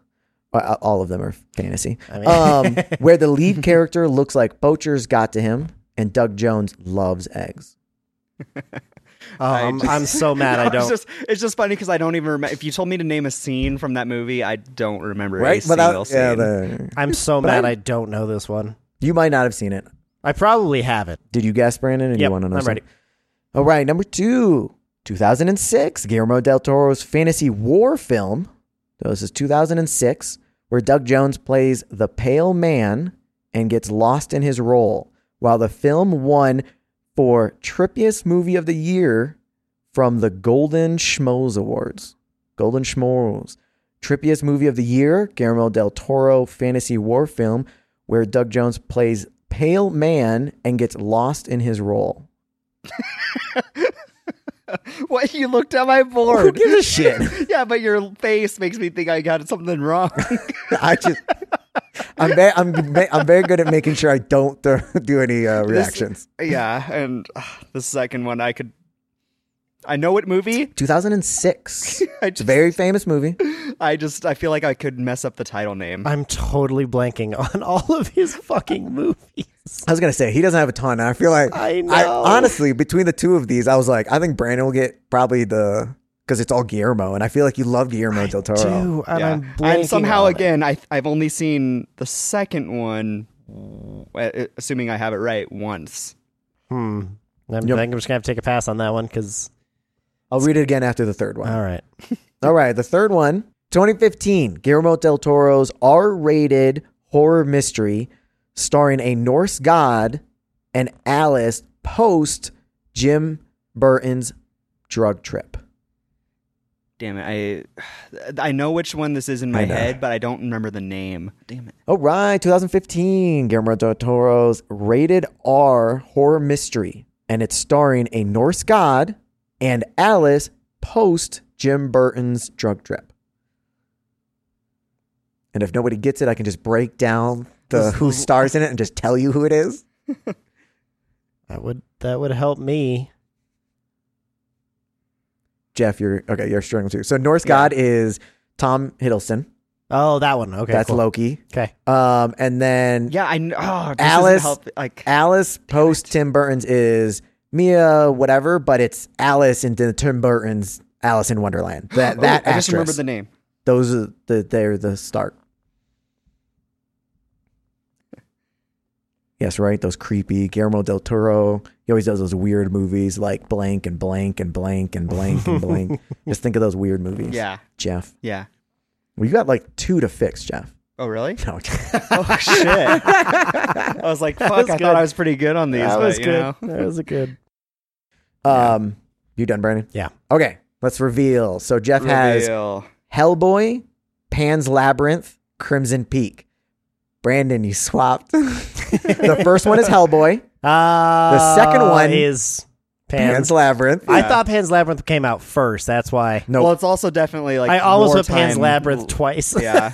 Uh, All of them are fantasy.
I mean-
um, where the lead character looks like poachers got to him, and Doug Jones loves eggs.
Oh, I'm, I'm so mad I
No,
don't.
It's just, it's just funny because I don't even remember. If you told me to name a scene from that movie, I don't remember. A single scene.
yeah, the-
I'm so mad I don't know this one.
you might not have seen it.
I probably haven't.
Did you guess, Brandon? And
Yep,
you want to know?
I'm
something?
ready.
All right, number two, 2006, Guillermo del Toro's fantasy war film. This is 2006, where Doug Jones plays the pale man and gets lost in his role, while the film won for trippiest movie of the year from the Golden Schmoes Awards. Golden Schmoes. Trippiest movie of the year, Guillermo del Toro fantasy war film, where Doug Jones plays pale man and gets lost in his role.
What you looked at my board?
Who gives a shit?
yeah, but your face makes me think I got something wrong.
I just. I'm very, I'm, ve- I'm very good at making sure I don't th- do any uh, reactions.
yeah, and uh, the second one I could. I know what movie.
2006.
I
it's a
just-
very famous movie.
I just I feel like I could mess up the title name.
I'm totally blanking on all of his
Uh,
fucking movies.
I was gonna say he doesn't have a ton. I feel like
I know.
honestly between the two of these, I was like, I think Brandon will get probably the because it's all Guillermo, and I feel like you love Guillermo del Toro.
Dude, and
Yeah.
I'm blanking
and somehow
on it.
again, I I've only seen the second one, uh, assuming I have it right once.
Hmm. I'm, I think I'm just gonna have to take a pass on that one because.
I'll read it again after the third one.
All right.
All right, the third one, 2015, Guillermo del Toro's R-rated horror mystery starring a Norse god and Alice post Jim Burton's drug trip.
Damn it! I I know which one this is in
I
my
know.
head, but I don't remember the name. Damn it!
All right, 2015, Guillermo del Toro's rated R horror mystery, and it's starring a Norse god and Alice post Jim Burton's drug trip. And if nobody gets it, I can just break down the who stars in it and just tell you who it is.
That would that would help me.
Jeff, you're okay. You're struggling too. So Norse god is Tom Hiddleston.
Oh, that one. Okay.
That's
cool.
Loki.
Okay.
Um, and then
Yeah, I know. Oh, this
Alice-
Alice. Help. Like
Alice post Tim Burton's is Mia whatever, but it's Alice in the Tim Burton's Alice in Wonderland. That
oh,
that
I just
actress.
remember the name.
Those are the they're the start. Yes, right. Those creepy Guillermo del Toro. He always does those weird movies like blank and blank and blank and blank and blank. Just think of those weird movies.
Yeah,
Jeff.
yeah.
Well, you got like two to fix, Jeff.
Oh, really?
No,
Oh shit! I was like, fuck. I
was good.
thought I was pretty good on these.
That
but,
was
you
good.
know.
That was a good.
um, you done, Brandon?
Yeah.
Okay, let's reveal. So Jeff has
Reveal.
Hellboy, Pan's Labyrinth, Crimson Peak. Brandon, you swapped. the first one is Hellboy,
Uh,
second one-
is
Pan's,
Pan's.
Labyrinth.
I thought Pan's Labyrinth came out first. That's why.
no,
Well, it's also definitely like
I almost
more
put Pan's
time-
Labyrinth twice.
Yeah.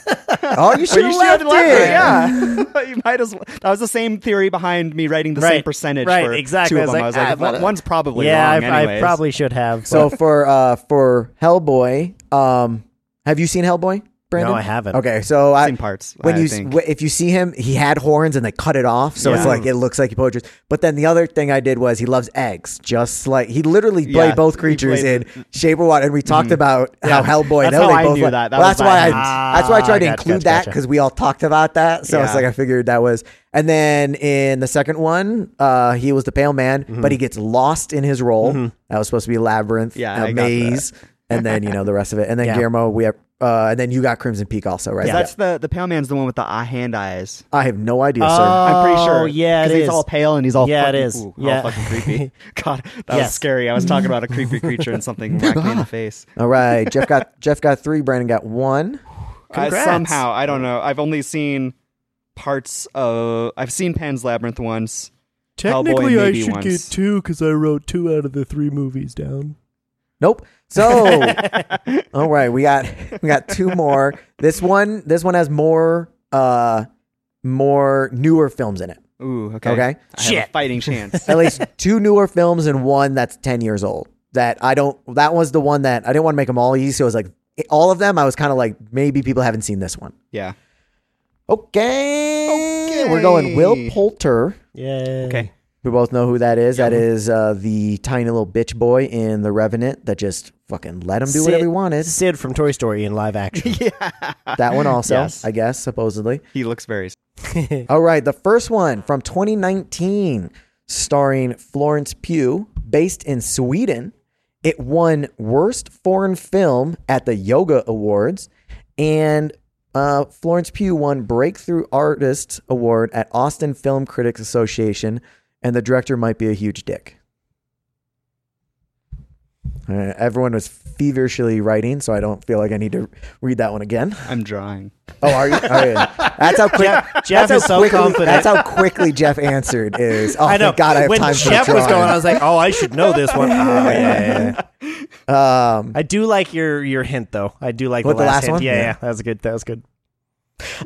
oh, you should
Well,
have
you
left,
should
it.
have left it, Yeah, you might as well. That was the same theory behind me writing the same
Right,
percentage.
right,
for
exactly.
Two
I
of
was
them.
like,
I
ah,
was like,
but-
one's probably
yeah,
wrong.
I, I
anyways.
probably should have.
So
but-
for uh for Hellboy, um, have you seen Hellboy, Brandon?
no, I haven't.
Okay, so I
seen parts.
when
I
you
think.
w- if you see him, he had horns and they cut it off, so it's
Yeah.
like it looks like he poachers. But then the other thing I did was he loves eggs, just like he literally played
Yeah,
both
he
creatures
played Mm-hmm.
in Shape of Water, and we talked about
Yeah.
how Hellboy.
That's
no,
how
they
I
both
knew
like-
that. That
well,
was
that's why I
my
hint.
that's why I tried to
Ah, gotcha,
include
gotcha,
that
gotcha.
because we all talked about that. So it's
Yeah.
like I figured that was. And then in the second one, uh, he was the pale man, but he gets lost in his role. That was supposed to be labyrinth,
Mm-hmm. Yeah,
uh,
I got that.
maze, and then you know the rest of it. And then
Yeah.
Guillermo, we have, uh, and then you got Crimson Peak also, right?
that's the the pale man's the one with the eye hand eyes.
I have no idea,
Oh,
sir.
I'm pretty sure.
yeah, it
'Cause he's
is.
all pale and he's all
Yeah, it
fucking,
is.
ooh,
Yeah.
all fucking creepy. God, that
Yes.
was scary. I was talking about a creepy creature and something whacked me in the face.
All right, Jeff got Jeff got three. Brandon got one.
I
Congrats.
somehow I don't know. I've only seen parts of. I've seen Pan's Labyrinth once. Technically, Hellboy I maybe should once. get
two because I wrote two out of the three movies down.
Nope. So, all right, we got we got two more. This one this one has more uh more newer films in it.
Ooh, okay.
Okay,
I have a
Shit.
fighting chance.
at least two newer films and one that's ten years old. That I don't. That was the one that I didn't want to make them all easy. So it was like all of them. I was kind of like maybe people haven't seen this one.
yeah.
Okay, we're going Will
Okay.
Poulter.
Yeah.
Okay.
We both know who that is. That is uh, the tiny little bitch boy in The Revenant that just fucking let him do whatever he wanted.
Sid from Toy Story in live action.
That one also,
Yes.
I guess, supposedly.
He looks very.
All right, the first one from 2019, starring Florence Pugh, based in Sweden. It won Worst Foreign Film at the Yoga Awards, and uh, Florence Pugh won Breakthrough Artist Award at Austin Film Critics Association, and the director might be a huge dick. All right, everyone was feverishly writing, so I don't feel like I need to read that one again.
I'm drawing.
Oh, are you? Are you? That's how quick.
Jeff
that's
is
how
so
quickly,
confident.
That's how quickly Jeff answered. Is oh,
I know.
thank God, I have
when
time
Jeff
for
was
drawing.
going, I was like, "Oh, I should know this one." Oh, yeah, yeah, yeah.
Um,
I do like your your hint though. I do like
What,
the last, hint.
one?
Yeah,
Yeah.
yeah, that was a good. That was good.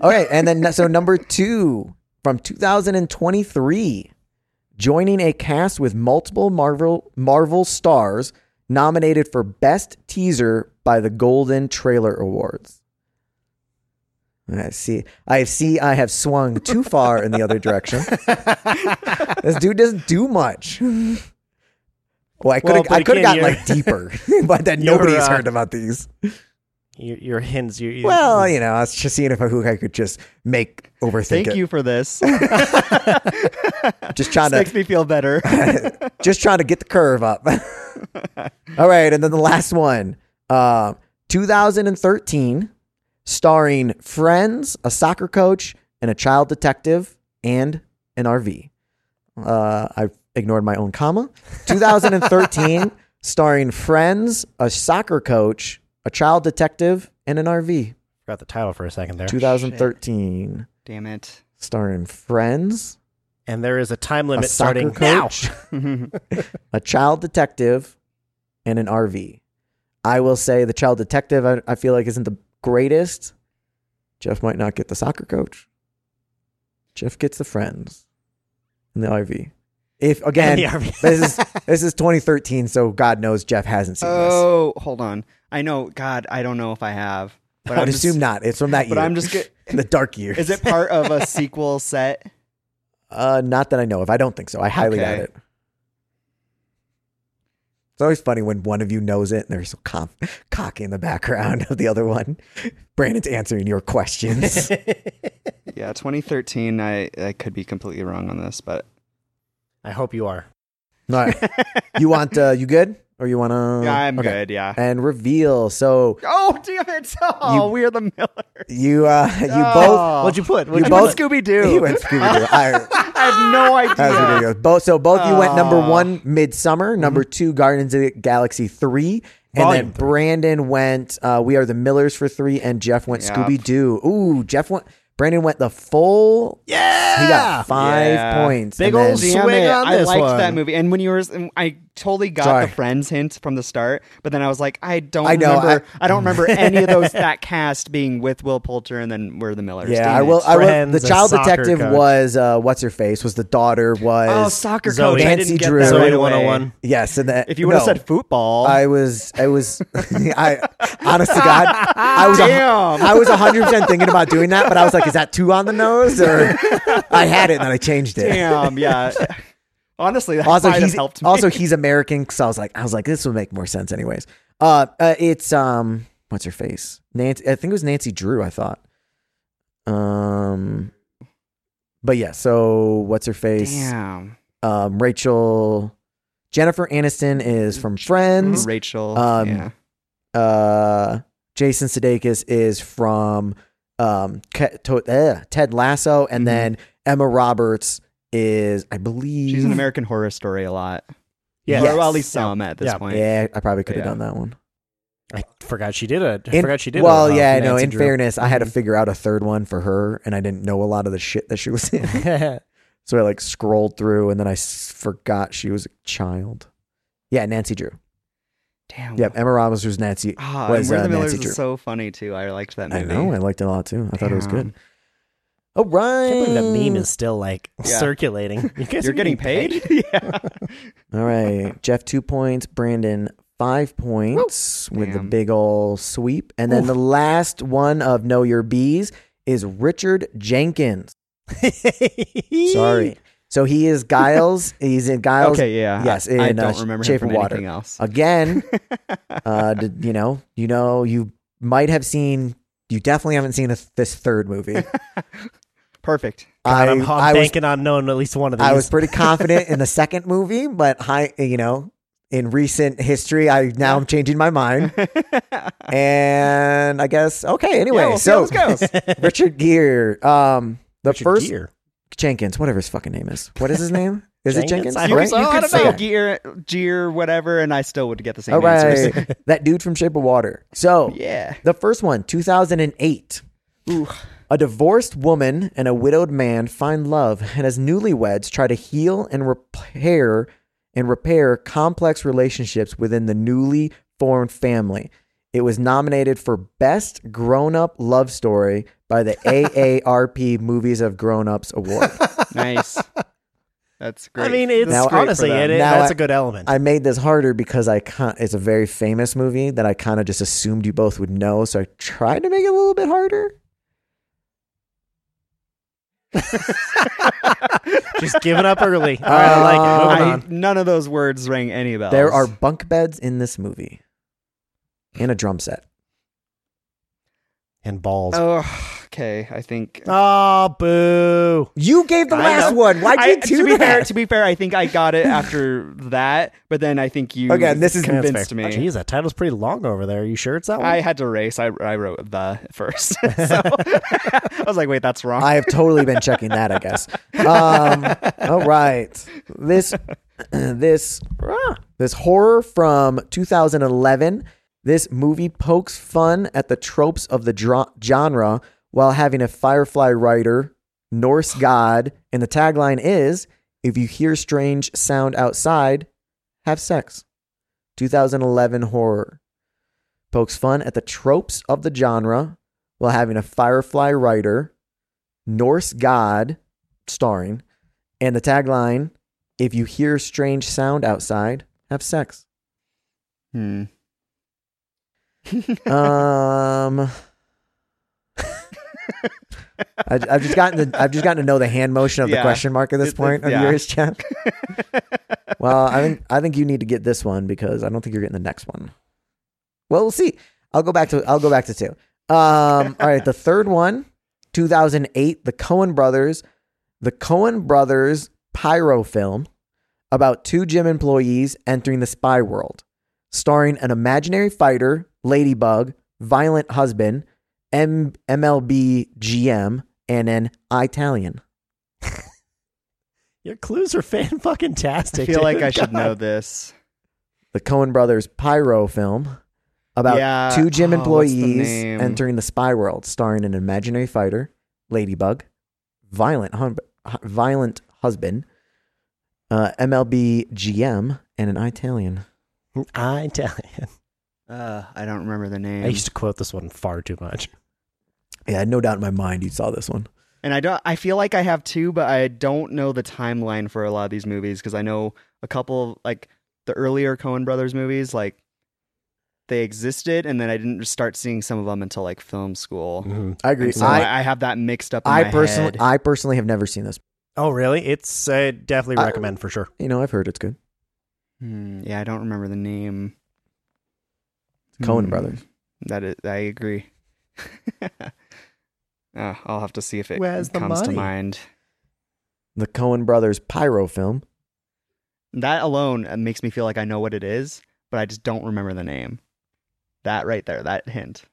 All right, and then so number two from 2023, joining a cast with multiple Marvel Marvel stars, nominated for Best Teaser by the Golden Trailer Awards. I see. I see. I have swung too far in the other direction. this dude doesn't do much. Well, I could
Well,
have.
but
I could have
again,
gotten like deeper, but then
you're,
nobody's
uh,
heard about these.
Your, your hints. Your, your-
Well, you know, I was just seeing if I, who I could just make overthink
Thank
it.
you for this. this
Just trying to
makes me feel better.
just trying to get the curve up. All right, and then the last one, uh, 2013, starring friends, a soccer coach, and a child detective, and an RV. Uh, I ignored my own comma. 2013, starring friends, a soccer coach, a child detective, and an RV.
forgot the title for a second there.
2013,
Damn it.
starring friends,
And there is a time
a
limit
soccer
starting
coach, a child detective, and an RV. I will say the child detective, I, I feel like, isn't the greatest. Jeff might not get the soccer coach. Jeff gets the friends and the RV. If
And
again,
the RV.
this is this is 2013, so God knows Jeff hasn't seen this.
Oh, hold on. I know. God, I don't know if I have. But
I
I'm
would
just-
assume not. It's from that year.
But I'm just. Get,
the dark year.
is it part of a sequel set?
Uh, not that I know of. I don't think so. I highly doubt
Okay.
it. It's always funny when one of you knows it and they're so conf- cocky in the background of the other one. Brandon's answering your questions.
now.
Yeah, 2013. I I could be completely wrong on this, but
I hope you are.
All right. You want, uh, you good? Or you want to?
Yeah, I'm good. Yeah.
And reveal. So
Oh damn it! Oh,
You-
we're the Miller.
you, uh, you
Oh.
What'd you put?
You
What'd you,
both-
put?
Scooby
both.
Doo.
You went Scooby Doo. All right.
I have no
That was
idea.
ridiculous. Both, so both you went number
Aw. Mm-hmm.
one, Midsummer. Number two, Guardians of the Galaxy three, and
Volume
then
three.
Brandon went uh, We Are the Millers for three, and Jeff went
Yep.
Scooby Doo. Ooh, Jeff went. Brandon went the full.
Yeah.
He got five
Yeah.
points.
Big
and
ol'
then-
Swing
Damn it!
on
I
this
liked
one.
that movie, and when you were, I totally got
Sorry.
the Friends hint from the start, but then I was like, I don't
I know,
remember. I, don't remember any of those that cast being with Will Poulter, and then we're the Millers.
Yeah,
Damn
I
it.
will. I will.
Friends,
The
a
child
soccer
detective
coach.
was uh, what's her face? Was the daughter was?
Oh, soccer
Zoe.
coach. I
Nancy
didn't get
Drew.
that
Zoe
right away.
101.
yes, and that.
If you would have
no,
said football,
I was, I was, I honest to God, I was, a-
Damn.
I was hundred percent thinking about doing that, but I was like, is that too on the nose? Or I had it and then I changed it.
damn, yeah. Honestly, that
Also,
might have
he's
helped me.
also he's American, so I was like, I was like, this would make more sense, anyways. Uh, uh it's um, what's her face? Nancy, I think it was Nancy Drew. I thought. Um, but yeah, so what's her face?
damn,
Um, Rachel, Jennifer Aniston is from Friends.
Rachel.
Um,
yeah.
uh, Jason Sudeikis is from um, Ke- to- eh, Ted Lasso, and
Mhm.
then Emma Roberts is, I believe,
She's an American Horror Story a lot.
Yeah.
Or at least
Yeah.
some at this
Yeah.
point.
Yeah, I probably could have
Yeah.
done that one.
I forgot she did it. I
In-
forgot she did
Well,
it. uh,
yeah, I know.
Nancy
In
Drew.
fairness, I had
Mm-hmm.
to figure out a third one for her, and I didn't know a lot of the shit that she was in, so I like scrolled through, and then I s- forgot she was a child. Yeah, Nancy Drew.
Damn.
Yep, Emma Roberts was Nancy.
Ah,
was
and Where
uh,
the Millers
Nancy Drew.
is so funny too. I liked that
I
movie.
know. I liked it a lot too. I thought it was good.
Damn.
All right.
I can't believe that
Mm.
meme is still like
Yeah.
circulating. You guys
You're
are
getting paid? yeah.
All right. Jeff, two points. Brandon, five points with the
Damn.
big ol' sweep. And then the last one of Know Your Bees is Richard Jenkins.
paid?
Sorry. So he is Giles. He's in Giles.
Okay, yeah.
Yes,
I, I
in, uh,
don't remember
Shape
him from
of Water.
anything else.
Again, uh, did- you know, you know, you might have seen, you definitely haven't seen this- this third movie.
Perfect.
God, I'm, I'm
I was
banking on knowing at least one of these.
I was pretty confident in the second movie, but high, you know, in recent history, I now I'm changing my mind. and I guess okay. Anyway,
yeah, we'll see
so
how this goes.
Richard Gere, um, the
Richard
first
Gere.
Jenkins, whatever his fucking name is. What is his name? Is it
Jenkins?
Jenkins?
I
you,
Right?
you
I
could
don't
say
know.
gear, gear, whatever, and I still would get the same
All
answers.
right, that dude from Shape of Water. So
Yeah.
the first one, 2008.
Ooh.
A divorced woman and a widowed man find love, and as newlyweds, try to heal and repair and repair complex relationships within the newly formed family. It was nominated for Best Grown Up Love Story by the AARP Movies of Grown Ups Award.
Nice. That's great.
I mean, it's
Now- great
honestly,
for them.
it, it-
Now
that's
I-
a good element.
I made this harder because I can't, it's a very famous movie that I kind of just assumed you both would know. So I tried to make it a little bit harder.
Just giving up early. All right, I like it. Moving
I-
on.
none of those words rang any bells.
Um, There are bunk beds in this movie and a drum set.
And balls.
Oh, okay. I think.
Oh, boo.
You gave the
I
last
know.
one. Why'd you
I-
do
to be
that?
fair, to be fair, I think I got it after that, but then I think you
Again, this is-
Yeah, that's
convinced
fair.
me.
Oh, geez, that title's pretty long over there. Are you sure it's that one?
I had to race. I, I wrote the first. so I was like, wait, that's wrong.
I have totally been checking that, I guess. Um, all right. This this this horror from 2011. This movie pokes fun at the tropes of the dra- genre while having a firefly writer, Norse god, and the tagline is if you hear strange sound outside, have sex. 2011 horror pokes fun at the tropes of the genre while having a firefly writer, Norse God starring, and the tagline If you hear strange sound outside, have sex.
Hmm.
Um. I, I've just gotten to, I've just gotten to know the hand motion of the
Yeah.
question mark at this
It- it-
point of
yeah.
yours, Chad. well, I think I think you need to get this one because I don't think you're getting the next one. Well, we'll see. I'll go back to I'll go back to two. Um, all right, the third one, 2008, the Cohen brothers, the Cohen brothers pyro film about two gym employees entering the spy world, starring an imaginary fighter, ladybug, violent husband, M- MLB GM, and an Italian.
Your clues are fan fucking tastic.
I feel like I should know this.
the Cohen brothers pyro film about
Yeah.
two gym
Oh, what's the
employees
name?
entering the spy world, starring an imaginary fighter, Ladybug, violent hun- hu- violent husband, uh, MLB GM, and an Italian.
I tell you.
Uh, I don't remember the name.
I used to quote this one far too much.
Yeah, I had no doubt in my mind you saw this one.
And I don't. I feel like I have two, but I don't know the timeline for a lot of these movies because I know a couple like the earlier Coen Brothers movies, like they existed, and then I didn't start seeing some of them until like film school.
I agree.
And so
I,
I, I have that mixed up. In
I
my
personally,
head.
I personally have never seen this.
Oh, really? It's uh, definitely
I-
recommend for sure.
You know, I've heard it's good.
Hmm, yeah, I don't remember the name.
Cohen
Hmm.
brothers.
That is, I agree. uh, I'll have to see if it
Where's the
comes to
money?
mind.
The Cohen brothers pyro film.
That alone uh, makes me feel like I know what it is, but I just don't remember the name. That right there, that hint.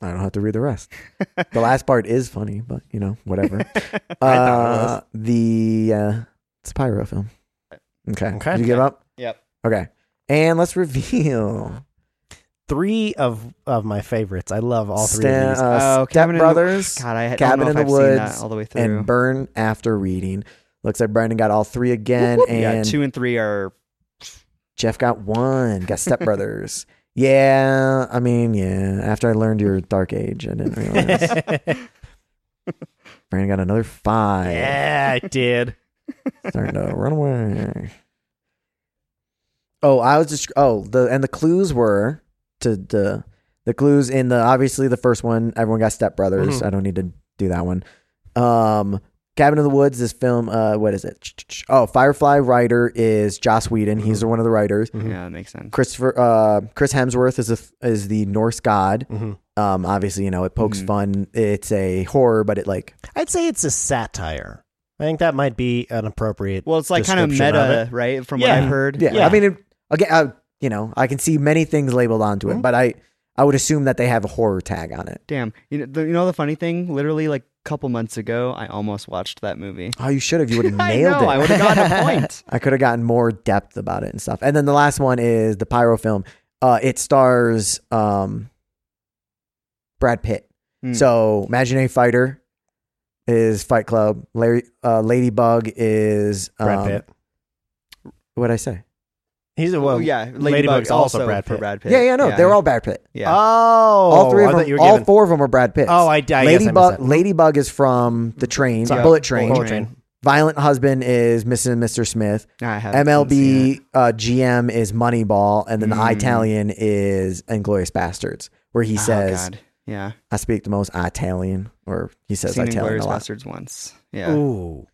I don't have to read the rest. the last part is funny, but you know, whatever.
thought
Uh, the uh, it's a pyro film. Okay.
Okay.
Did you give up?
Yep.
Okay. And let's reveal
Three of, of my favorites. I love all three
Sta-
of these.
uh,
Oh,
Step
Cabin in the-
Brothers
God, I don't
Cabin
know if
in
I've
the
seen that
Woods
all the way through.
and Burn After Reading. Looks like Brandon got all three again, and
yeah, two and three are.
Jeff got one. Got Step Brothers. Yeah, I mean, yeah. After I learned your dark age, I didn't realize. Brandon got another five.
yeah, I did.
starting to run away. Oh, I was just oh the and the clues were to the the clues in the obviously the first one everyone got Step Brothers.
Mhm.
I don't need to do that one. Um, Cabin in the Woods. This film. Uh, what is it? Ch- ch- ch- Oh, Firefly writer is Joss Whedon. He's one of the writers.
Mhm.
Yeah, that makes sense.
Christopher uh, Chris Hemsworth is the is the Norse god.
Mhm.
Um, obviously you know it pokes
Mhm.
fun. It's a horror, but it like
I'd say it's a satire. I think that might be an appropriate.
Well, it's like kind of
description
meta,
it.
right? From
Yeah.
what I've heard.
Yeah,
Yeah.
I mean, it, again, I, you know, I can see many things labeled onto it,
Mhm.
but I, I would assume that they have a horror tag on it.
Damn. You know, the, you know the funny thing? Literally, like a couple months ago, I almost watched that movie.
Oh, you should have. You would have nailed
I know.
it.
I would have gotten a point.
I could have gotten more depth about it and stuff. And then the last one is the pyro film. Uh, it stars um, Brad Pitt.
Hmm.
So Imaginary Fighter is Fight Club. Larry, uh, Ladybug is um,
Brad Pitt.
What I say?
He's a well,
oh, yeah.
Ladybug's also Brad
for
Pitt.
Brad Pitt.
Yeah, yeah, no, they're all Brad Pitt.
Yeah.
Oh,
all three
I
of
thought
them,
you were
all
giving-
four of them are Brad Pitt.
Uh,
Oh, I, I guess I missed
Ladybug
that.
Ladybug is from the train,
Sorry.
Bullet Train.
Bullet Train.
Violent Husband is Mrs. and Mr. Smith.
Ah, I haven't seen
MLB uh, GM is Moneyball, and then the Italian is Inglorious Bastards, where he
Hmm. Oh,
says,
God. yeah.
"I speak the most Italian," or he says
Seen
Italian
Inglourious
a lot.
Basterds once. Yeah.
Ooh.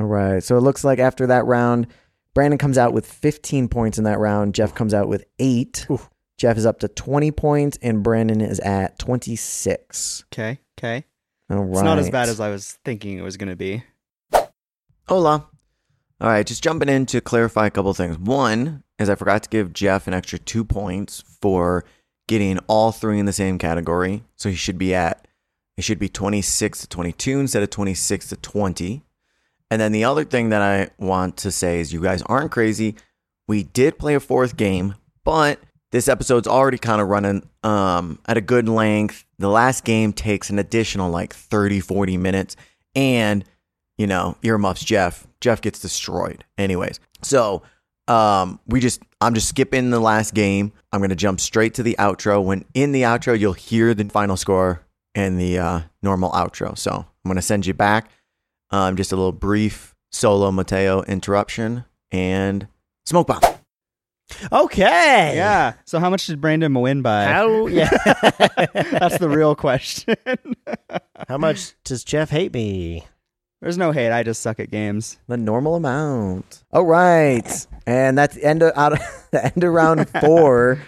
All right, so it looks like after that round, Brandon comes out with 15 points in that round. Jeff comes out with eight.
Oof.
Jeff is up to 20 points, and Brandon is at 26.
Okay. Okay.
All right,
It's not as bad as I was thinking it was going to be.
Hola. All right, just jumping in to clarify a couple things. One is I forgot to give Jeff an extra two points for getting all three in the same category. So he should be at, it should be 26 to 22 instead of 26 to 20. And then the other thing that I want to say is you guys aren't crazy. We did play a fourth game, but this episode's already kind of running um, at a good length. The last game takes an additional like 30, 40 minutes. And, you know, earmuffs Jeff. Jeff gets destroyed. Anyways, so um, we just, I'm just skipping the last game. I'm going to jump straight to the outro. When in the outro, you'll hear the final score and the uh, normal outro. So I'm going to send you back um, just a little brief solo Mateo interruption and smoke bomb.
Okay.
Yeah. So how much did Brandon win by?
How yeah.
That's the real question.
How much does Jeff hate me?
There's no hate. I just suck at games.
the normal amount. All right, and that's the end of out of, the end of round four.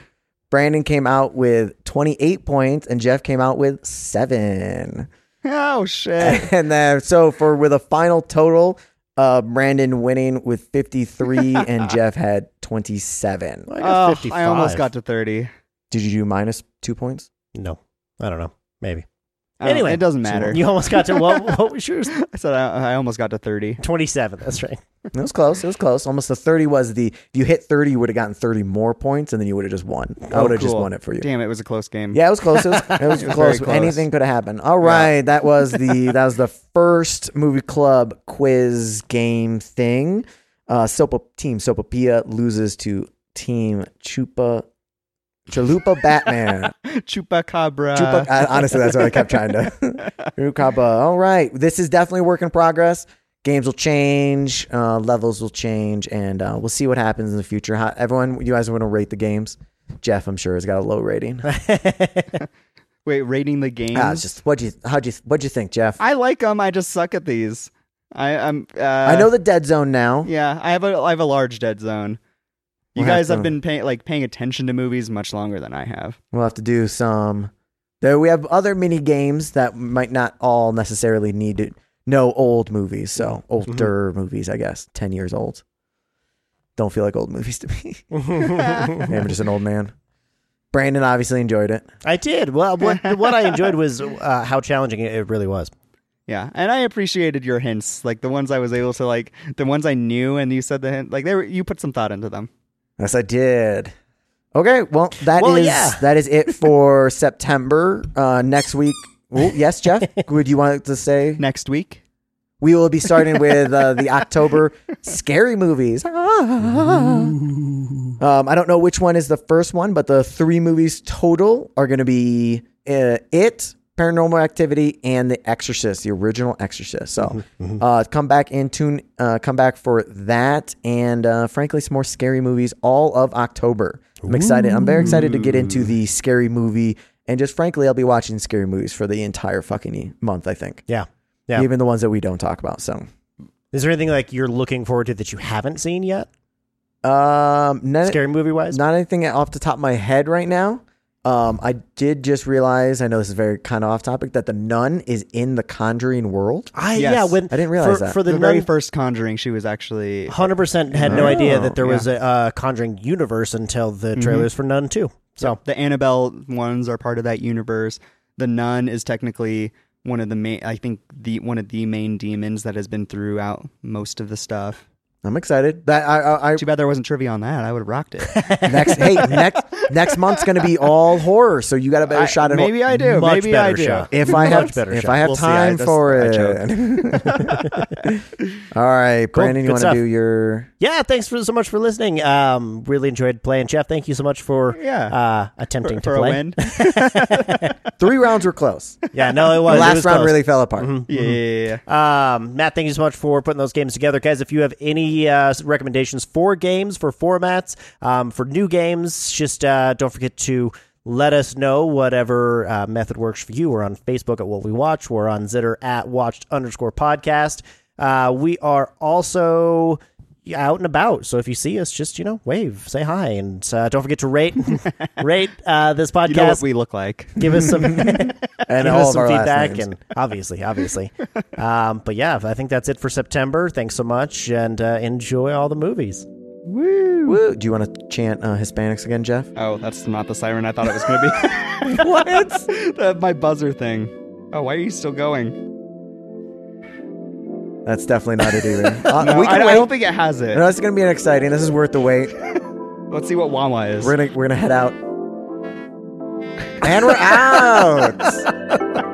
Brandon came out with 28 points, and Jeff came out with seven.
Oh shit.
And then so for with a final total, uh, Brandon winning with 53, and Jeff had 27.
I got
Oh,
55.
I almost got to 30.
Did you do minus two points?
No. I don't know. Maybe.
I don't-
Anyway.
Oh, it doesn't matter.
You almost got to what, what was yours?
I said uh, I, I almost got to 30.
27. That's right.
It was close. It was close. Almost the 30 was the. If you hit 30, you would have gotten 30 more points, and then you would have just won. I
Oh,
would have just
cool.
won it for you.
Damn, it was a close game.
Yeah, it was close. It was, it was
It was
close.
very close.
Anything could have happened. All right, that was the that was the first movie club quiz game thing. Uh, Sopa team Sopapia loses to team Chupa Chalupa Batman.
Chupacabra.
Chupa, I- honestly, that's what I kept trying to. Chupacabra. All right, this is definitely a work in progress. Games will change, uh, levels will change, and uh, we'll see what happens in the future. How, everyone, you guys want to rate the games? Jeff, I'm sure, has got a low rating.
Wait, rating the games.
Ah, it's just what you how you what you think, Jeff? I,
I like them. I just suck at these. I, I'm. Uh,
know the dead zone now.
Yeah, I have a I have a large dead zone. You
We'll have
guys have
to-
been paying like paying attention to movies much longer than I have.
We'll have to do some. There we have other mini games that might not all necessarily need to know old movies. So older movies, I guess, ten years old. Don't feel like old movies to me. Yeah, I'm just an old man. Brandon obviously enjoyed it.
I did. Well, what, what I enjoyed was uh, how challenging it- it really was.
Yeah, and I appreciated your hints, like the ones I was able to like, the ones I knew, and you said the hint, like they were you put some thought into them.
Yes, I did. Okay, well that is
Well, yeah.
that is it for September. Uh, next week, Ooh, yes, Jeff, would you want to say
Next week,
We will be starting with uh, the October scary movies. um, I don't know which one is the first one, but the three movies total are going to be uh, It, Paranormal Activity, and The Exorcist, the original Exorcist. So
Mm-hmm,
uh, come back and tune, uh, come back for that, and uh, frankly, some more scary movies all of October. I'm excited. I'm very excited to get into the scary movie. And just frankly, I'll be watching scary movies for the entire fucking month, I think
Yeah. Yeah.
even the ones that we don't talk about. So,
Is there anything like you're looking forward to that you haven't seen yet?
um, none,
Scary movie wise?
not anything off the top of my head right now. Um, I did just realize. I know this is very kind of off topic. That the nun is in the Conjuring world.
I
Yes.
yeah, when
I didn't realize
for,
that.
for the,
the very
nun-
first Conjuring, she was actually
Hundred percent had no idea that there
yeah. Mm-hmm.
was a uh, Conjuring universe until the trailers for Nun Two. So
the Annabelle ones are part of that universe. The Nun is technically one of the main, I think the one of the main demons that has been throughout most of the stuff.
I'm excited. That I, I, I
Too bad there wasn't trivia on that. I would have rocked it.
next hey next next month's gonna be all horror, so you got a better
I-
shot at
maybe I do.
Much
maybe
better
I do.
shot.
if I have
Much better
if
shot.
I have
We'll see. I
time
just-
for
I
it. all right, Brandon,
Good
you want to
stuff.
do your
Yeah, thanks for, so much for listening. Um, really enjoyed playing, Jeff. Thank you so much for
Yeah.
uh, attempting
For
to
a
play.
win.
three rounds were close. The
Yeah, no, it was. it
last
was
round
close. Mm-hmm.
really fell apart.
yeah, yeah, yeah.
Um, Matt, thank you so much for putting those games together, guys. If you have any uh, recommendations for games, for formats, um, for new games, just uh, don't forget to let us know whatever uh, method works for you. We're on Facebook at What We Watch. We're on Zitter at Watched underscore podcast. Uh, we are also out and about. So if you see us, just you know, wave, say hi, and uh, don't forget to rate rate uh, this podcast
You know what we look like.
give us some and give
all
us
of
some
our last
feedback
names.
and obviously obviously um, but yeah i think that's it for september thanks so much and uh, enjoy all the movies
Woo. Do you want to chant uh, Hispanics again, Jeff?
Oh, that's not the siren I thought it was going to be. what? The, my buzzer thing. Oh, why are you still going?
That's definitely not it either. Uh,
No,
we can
I, I
wait.
don't think it has it.
no, this is gonna be an exciting. This is worth the wait.
Let's see what Wawa is.
We're gonna we're gonna head out. And we're out.